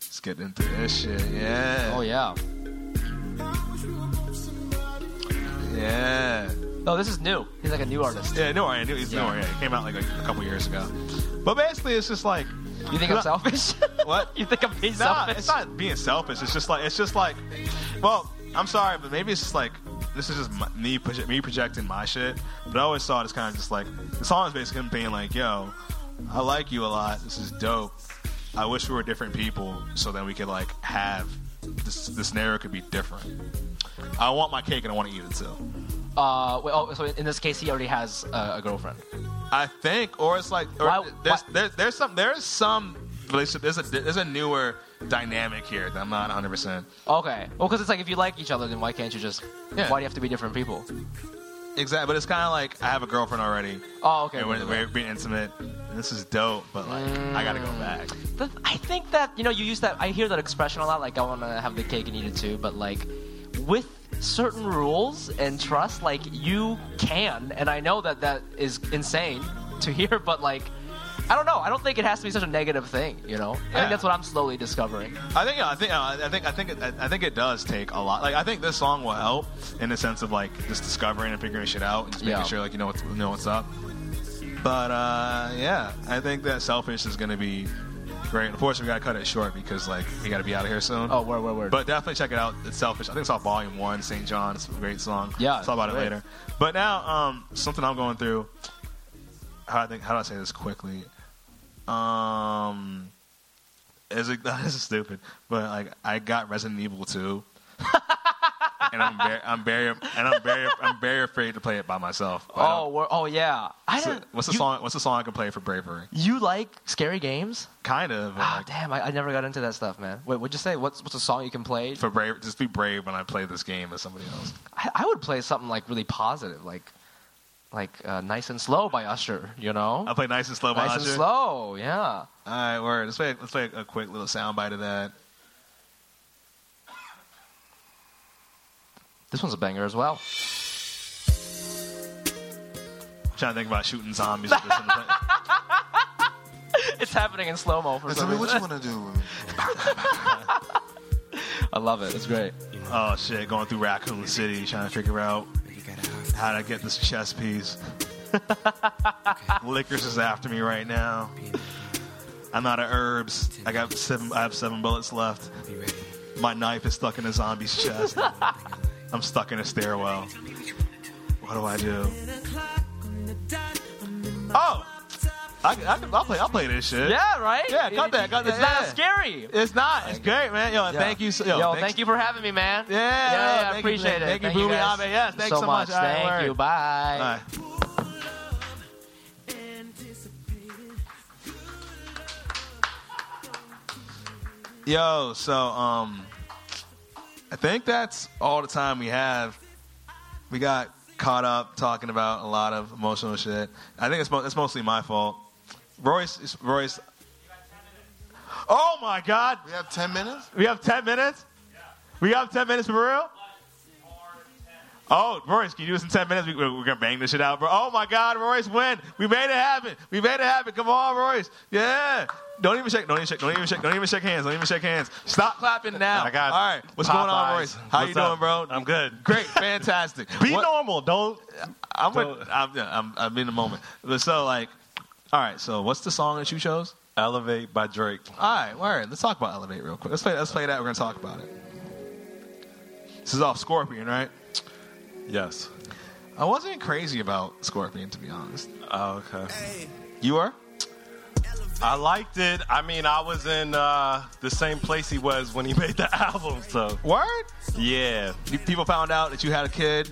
Let's get into this shit. Yeah.
Oh yeah.
Yeah.
No, this is new. He's like a new artist.
Yeah, no worry. It's no
Yeah.
worry. It came out like, like, a couple years ago. But basically, it's just like
You think I'm selfish?
What?
you think I'm being
nah,
selfish?
it's not being selfish. It's just like it's just like. Well, I'm sorry, but maybe it's just like this is just my, me proje- me projecting my shit. But I always saw it as kind of just like the song is basically him being like, "Yo, I like you a lot. This is dope. I wish we were different people so then we could like have the, the scenario could be different. I want my cake and I want to eat it too.
Uh, wait, oh, so in this case, he already has uh, a girlfriend.
I think, or it's like or there's, There's, there's some there's some relationship. There's a there's a newer dynamic here that I'm not 100. percent
Okay. Well, because it's like if you like each other, then why can't you just?
Yeah.
Why do you have to be different people?
Exactly, but it's kind of like I have a girlfriend already.
Oh, okay.
And we're, we're being intimate. and This is dope, but like I gotta go back.
But I think that you know you use that. I hear that expression a lot. Like I want to have the cake and eat it too. But like with certain rules and trust, like you can. And I know that that is insane to hear. But like I don't know. I don't think it has to be such a negative thing. You know. I
Yeah.
think that's what I'm slowly discovering.
I think I think uh, I think I think it, I think it does take a lot. Like I think this song will help in the sense of like just discovering and figuring shit out and just making
Yeah.
sure like you know what's you know what's up. But uh, yeah, I think that selfish is gonna be great. Unfortunately, we gotta cut it short because like we gotta be out of here soon.
Oh, word, word, word.
But definitely check it out. It's selfish. I think it's off Volume One, St. John. It's a great song.
Yeah,
talk about it
great.
later. But now, um, something I'm going through. How I think? How do I say this quickly? Um, is it, this is stupid, but like I got Resident Evil 2. and I'm very, I'm very, and I'm very, I'm very afraid to play it by myself. But I don't-
oh, wor- oh yeah. I
uh, so-
don't.
what's the song? What's the song I can play for bravery?
You like scary games?
Kind of.
Ah, damn! I, I never got into that stuff, man. Wait, what'd you say? What's what's a song you can play?
For brave, just be brave when I play this game as somebody else.
I, I would play something like really positive, like like uh, "Nice and Slow" by Usher. You know,
I play nice and slow. by
"Nice and
Usher.
Slow." Yeah.
All right, word. Let's play. Let's play a quick little soundbite of that.
This one's a banger as well.
I'm trying to think about shooting zombies. with this in the-
it's happening in slow mo for
Now,
some
tell me what you
reason.
want to do.
I love it. It's great.
oh shit! Going through Raccoon City, trying to figure out how to get this chess piece. Liquors is after me right now. I'm out of herbs. I got seven. I have seven bullets left. My knife is stuck in a zombie's chest. I'm stuck in a stairwell. What do I do? Oh, I, I, I'll play. I'll play this shit.
Yeah, right?
Yeah, got that. Got that.
It's not
yeah.
as scary.
It's not. It's great, man. Yo,
Yeah.
thank you. So, yo,
Yo,
thanks-
thank you for having me, man.
Yeah,
yeah, I
thank you,
appreciate it.
thank you, Boomy
guys
Abe. Yes, thanks
so
so
much.
much. All right,
Thank
word.
you. Bye.
All right. Yo, so um, I think that's all the time we have. We got caught up talking about a lot of emotional shit. I think it's mo- it's mostly my fault. Royce, it's Royce. Oh my God!
We have ten minutes.
We have ten minutes. We have ten minutes for real. Oh, Royce, can you do this in ten minutes? We, we're, we're gonna bang this shit out, bro. Oh my God, Royce, win! We made it happen. We made it happen. Come on, Royce. Yeah. Don't even shake. Don't even shake. Don't even shake. Don't even shake hands. Don't even shake hands. Stop clapping now.
I got
All right. What's going on,
Popeyes.
Royce? How you
What's up?
doing, bro?
I'm good.
Great. Fantastic.
Be
What-
normal. Don't.
I'm, with, I'm, I'm, I'm in the moment. But So, like, all right. So, what's the song that you chose?
Elevate by Drake.
All right, all right. Let's talk about Elevate real quick. Let's play. Let's play that. We're gonna talk about it. This is off Scorpion, right?
Yes.
I wasn't crazy about Scorpion, to be honest.
Oh, okay.
You are?
I liked it. I mean, I was in uh, the same place he was when he made the album. So
Word?
yeah.
You- People found out that you had a kid,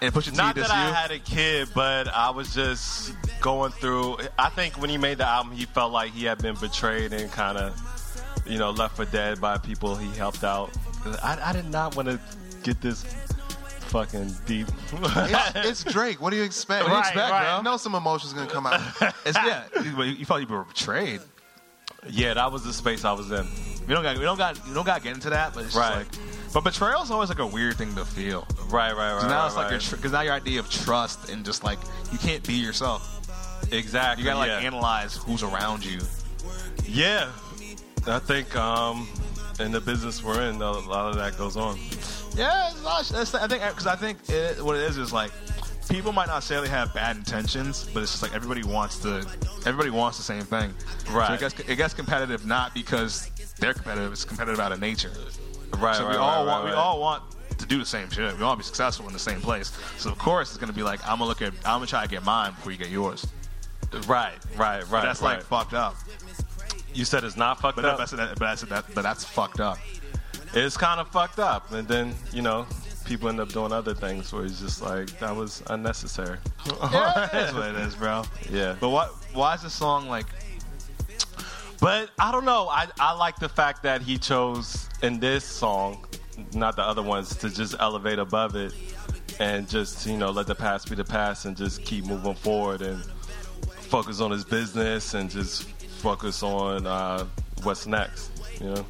and Pusha T
Not
dissed
that I
you.
had a kid, but I was just going through. I think when he made the album, he felt like he had been betrayed and kind of, you know, left for dead by people he helped out. I, I did not want to get this fucking deep.
It's, it's Drake. What do you expect?
What do you Right, expect, right. bro?
I know some emotions gonna come out.
It's, yeah, you, you felt you were betrayed.
yeah, that was the space I was in.
We don't got. We don't got. You don't got to get into that, but it's
Right.
just like. But betrayal is always like a weird thing to feel.
Right, right, right.
Because now
right,
it's like your
right.
tr- cause now your idea of trust and just like you can't be yourself.
exactly.
You gotta like
yeah.
analyze who's around you.
Yeah, I think um, in the business we're in, a lot of that goes on.
Yeah, it's a lot of sh- that's, I think because I think it, what it is is like people might not necessarily have bad intentions, but it's just like everybody wants to. Everybody wants the same thing,
Right.
So it gets, it gets competitive not because they're competitive; it's competitive out of nature.
Right,
So we
right,
all
right,
want.
right, right.
We all want to do the same shit. We all be successful in the same place. So of course it's gonna be like I'm gonna look at. I'm gonna try to get mine before you get yours.
Right, right, right.
But that's
right.
like fucked up.
you said it's not fucked
But,
up.
that, but, I said that, but I said that. But that's fucked up.
it's kind of fucked up. And then you know, people end up doing other things where it's just like that was unnecessary.
That's what it is, bro.
Yeah.
But why why is the song like?
But I don't know. I, I like the fact that he chose in this song, not the other ones, to just elevate above it and just, you know, let the past be the past and just keep moving forward and focus on his business and just focus on uh, what's next, you know?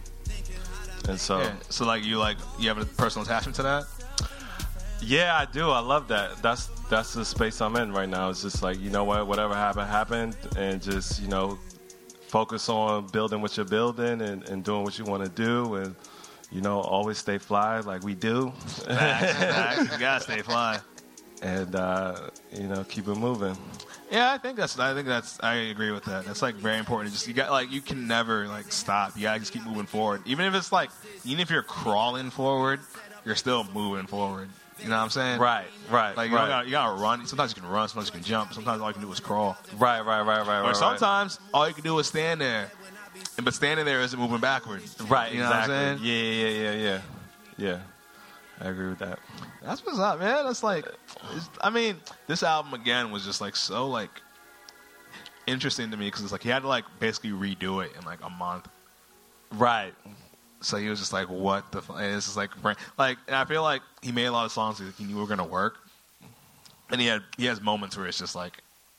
And so.
Yeah. So like you like you have a personal attachment to that.
Yeah, I do. I love that. That's that's the space I'm in right now. It's just like you know what, whatever happened happened, and just you know, focus on building what you're building and, and doing what you want to do, and you know, always stay fly like we do,
Facts, facts. You gotta stay fly.
and uh, you know, keep it moving.
Yeah, I think that's. I think that's. I agree with that. That's like very important. Just you got like you can never like stop. You gotta just keep moving forward. Even if it's like, even if you're crawling forward, you're still moving forward. You know what I'm saying?
Right, right,
Like you,
right.
don't gotta, you gotta run. Sometimes you can run. Sometimes you can jump. Sometimes all you can do is crawl.
Right, right, right, right.
Or
right,
sometimes all you can do is stand there, And- but standing there isn't moving backwards.
right,
You know
exactly.
what I'm saying?
Yeah, yeah, yeah, yeah, yeah. I agree with that.
That's what's up, man. That's like, it's, I mean, this album again was just like so like interesting to me because it's like he had to like basically redo it in like a month.
Right.
So he was just like, "What the? Fu-? And this is like, bra- like, and I feel like he made a lot of songs that he knew were gonna work, and he had he has moments where it's just like,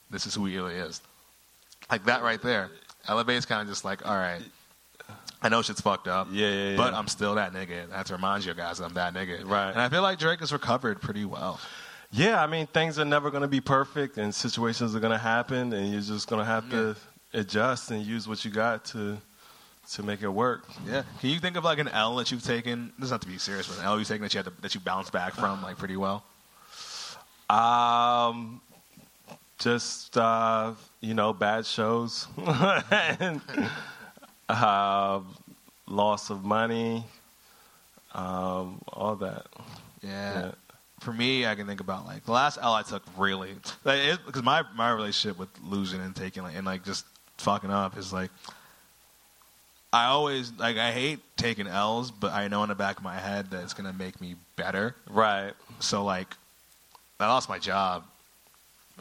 this is who he really is, like that right there. Elevate's kind of just like, all right, I know shit's fucked up,
yeah, yeah, yeah.
but I'm still that nigga. I have to remind you guys that I'm that nigga,
Right.
And I feel like Drake has recovered pretty well.
Yeah, I mean, things are never going to be perfect, and situations are going to happen, and you're just going to have to adjust and use what you got to to make it work.
Yeah. Can you think of like an L that you've taken? This is not to be serious, but an L you've taken that you had to, that you bounced back from like pretty well.
Um, just uh, you know, bad shows, and, uh, loss of money, um, all that.
Yeah. For me, I can think about like the last L I took really because my my relationship with losing and taking like, and like just fucking up is like I always like I hate taking L's, but I know in the back of my head that it's gonna make me better.
Right.
So like, I lost my job.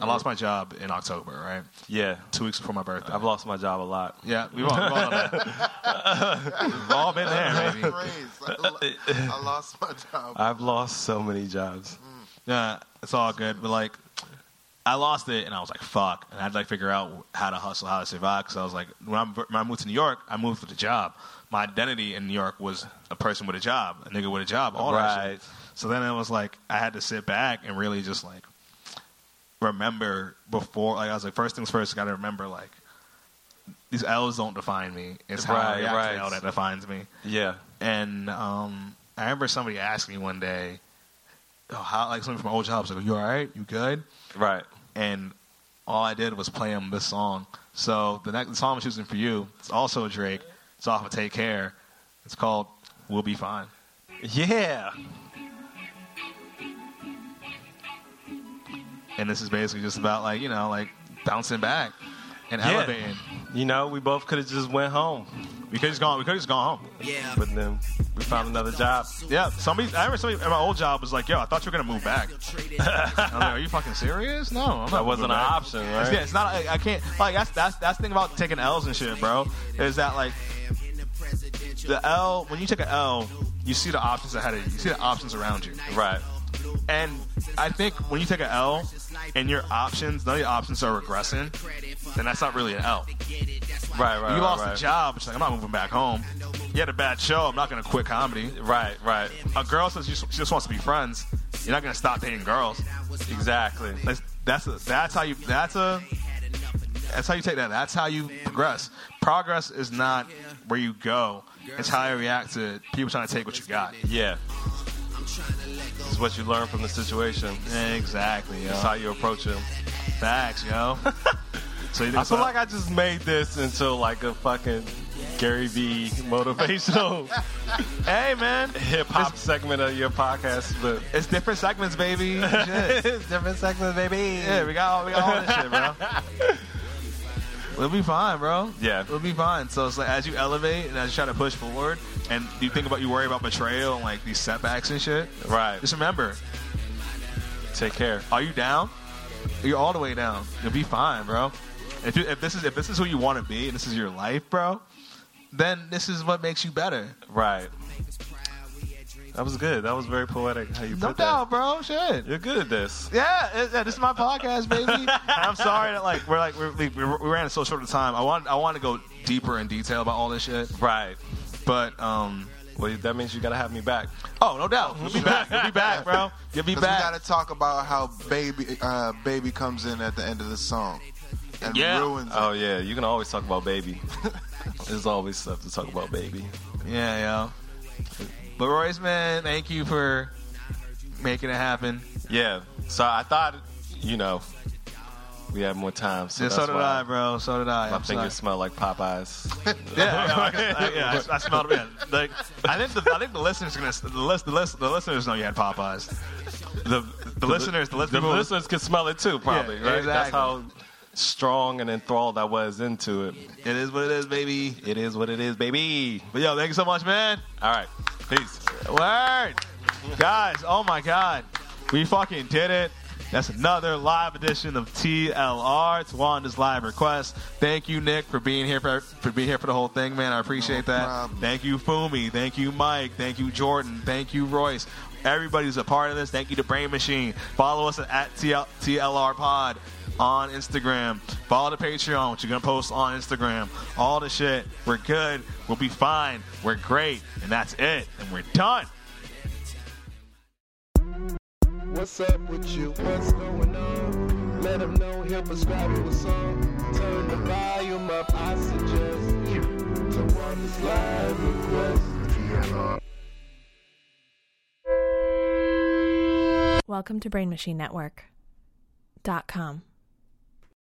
I lost my job in October, right?
Yeah.
Two weeks before my birthday.
I've lost my job a lot.
Yeah, we've all, we've all done that. we've all been there, baby.
Praise. I, lo- I lost my job.
I've lost so many jobs.
Yeah, it's all good. But like, I lost it, and I was like, "Fuck!" And I had to like figure out how to hustle, how to survive. Because I was like, when, I'm, when I moved to New York, I moved with a job. My identity in New York was a person with a job, a nigga with a job, all that
Right.
shit. So then it was like I had to sit back and really just like remember before. Like I was like, first things first, got to remember like these L's don't define me. It's how I
Right,
react
right.
to L that defines me.
Yeah.
And um, I remember somebody asked me one day, oh, how, like somebody from my old job was like, you all right? You good?
Right.
And all I did was play him this song. So the next the song I'm choosing for you, it's also a Drake. It's off of Take Care. It's called We'll Be Fine.
Yeah.
And this is basically just about like, you know, like bouncing back and
Yeah.
elevating.
You know, we both could have just went home.
We could just gone. We could just gone home.
Yeah. But then we found another job.
Yeah, somebody. I remember somebody at my old job was like, "Yo, I thought you were gonna move back." I was like, "Are you fucking serious? No, I'm not."
That wasn't
moving
an
back."
option, right?
Yeah, it's not. I, I can't. Like that's that's that's the thing about taking L's and shit, bro. Is that like the L? When you take an L, you see the options ahead of you. You see the options around you.
Right.
And I think when you take an L and your options, none of your options are regressing, then that's not really an L.
Right, right.
you
right,
lost
right.
a job, it's like, I'm not moving back home. You had a bad show, I'm not going to quit comedy.
Right, right.
A girl says you- she just wants to be friends, you're not going to stop dating girls.
Exactly.
That's, that's, a, that's how you, that's a, that's how you take that. That's how you progress. Progress is not where you go. It's how you react to people trying to take what you got.
Yeah. It's what you learn from the situation.
Exactly, yo.
It's how you approach it.
Facts, yo. so you
I feel like I just made this into like a fucking Gary V motivational
hey man,
hip hop segment of your podcast, but
it's different segments, baby. Shit.
it's different segments, baby.
Yeah, we got all, we got all this shit, bro. We'll be fine, bro.
Yeah.
We'll be fine. So it's like as you elevate and as you try to push forward, and you think about you worry about betrayal and like these setbacks and shit.
Right.
Just remember,
take care.
Are you down? You're all the way down. You'll be fine, bro. If, you, if this is if this is who you want to be and this is your life, bro, then this is what makes you better.
Right. That was good. That was very poetic how you
No
put
doubt, bro. Shit.
that. You're good at this.
Yeah, it- yeah, this is my podcast, baby. And I'm sorry that like we're like we're, we, we ran so short of time. I want I want to go deeper in detail about all this shit.
Right.
But um,
well, that means you gotta have me back.
Oh no doubt, you'll be back. You'll be back, bro. You'll be
'Cause
back.
We gotta talk about how baby uh, baby comes in at the end of the song and ruins.
Oh yeah, you can always talk about baby. There's always stuff to talk about baby.
Yeah, yo. But Royce, man, thank you for making it happen.
Yeah. So I thought, you know, we had more time. So
Yeah, so
that's
did
why
I, bro. So did I.
My
I'm
fingers smell like Popeyes.
yeah, yeah, I, can- I, yeah, I, I smelled it. Yeah. Like, I think the I think the listeners are gonna the list, the list, the listeners know you had Popeyes. The the, listeners the, lis-
the
people-
listeners can smell it too, probably.
Yeah,
right?
exactly.
That's how strong and enthralled I was into it.
It is what it is, baby.
It is what it is, baby.
But yo, thank you so much, man.
All right, peace.
Word, guys. Oh my God, we fucking did it. That's another live edition of TLR. It's Wanda's live request. Thank you, Nick, for being here for for being here for the whole thing, man. I appreciate that. Thank you, Fumi. Thank you, Mike. Thank you, Jordan. Thank you, Royce. Everybody who's a part of this. Thank you to Brain Machine. Follow us at TL, TLR Pod on Instagram. Follow the Patreon, which you're gonna post on Instagram. All the shit. We're good. We'll be fine. We're great, and that's it. And we're done.
What's up with you? What's going on? Let 'em know, he'll prescribe you a song. Turn the volume up, I suggest. To one that's live request.
Welcome to BrainMachineNetwork.com.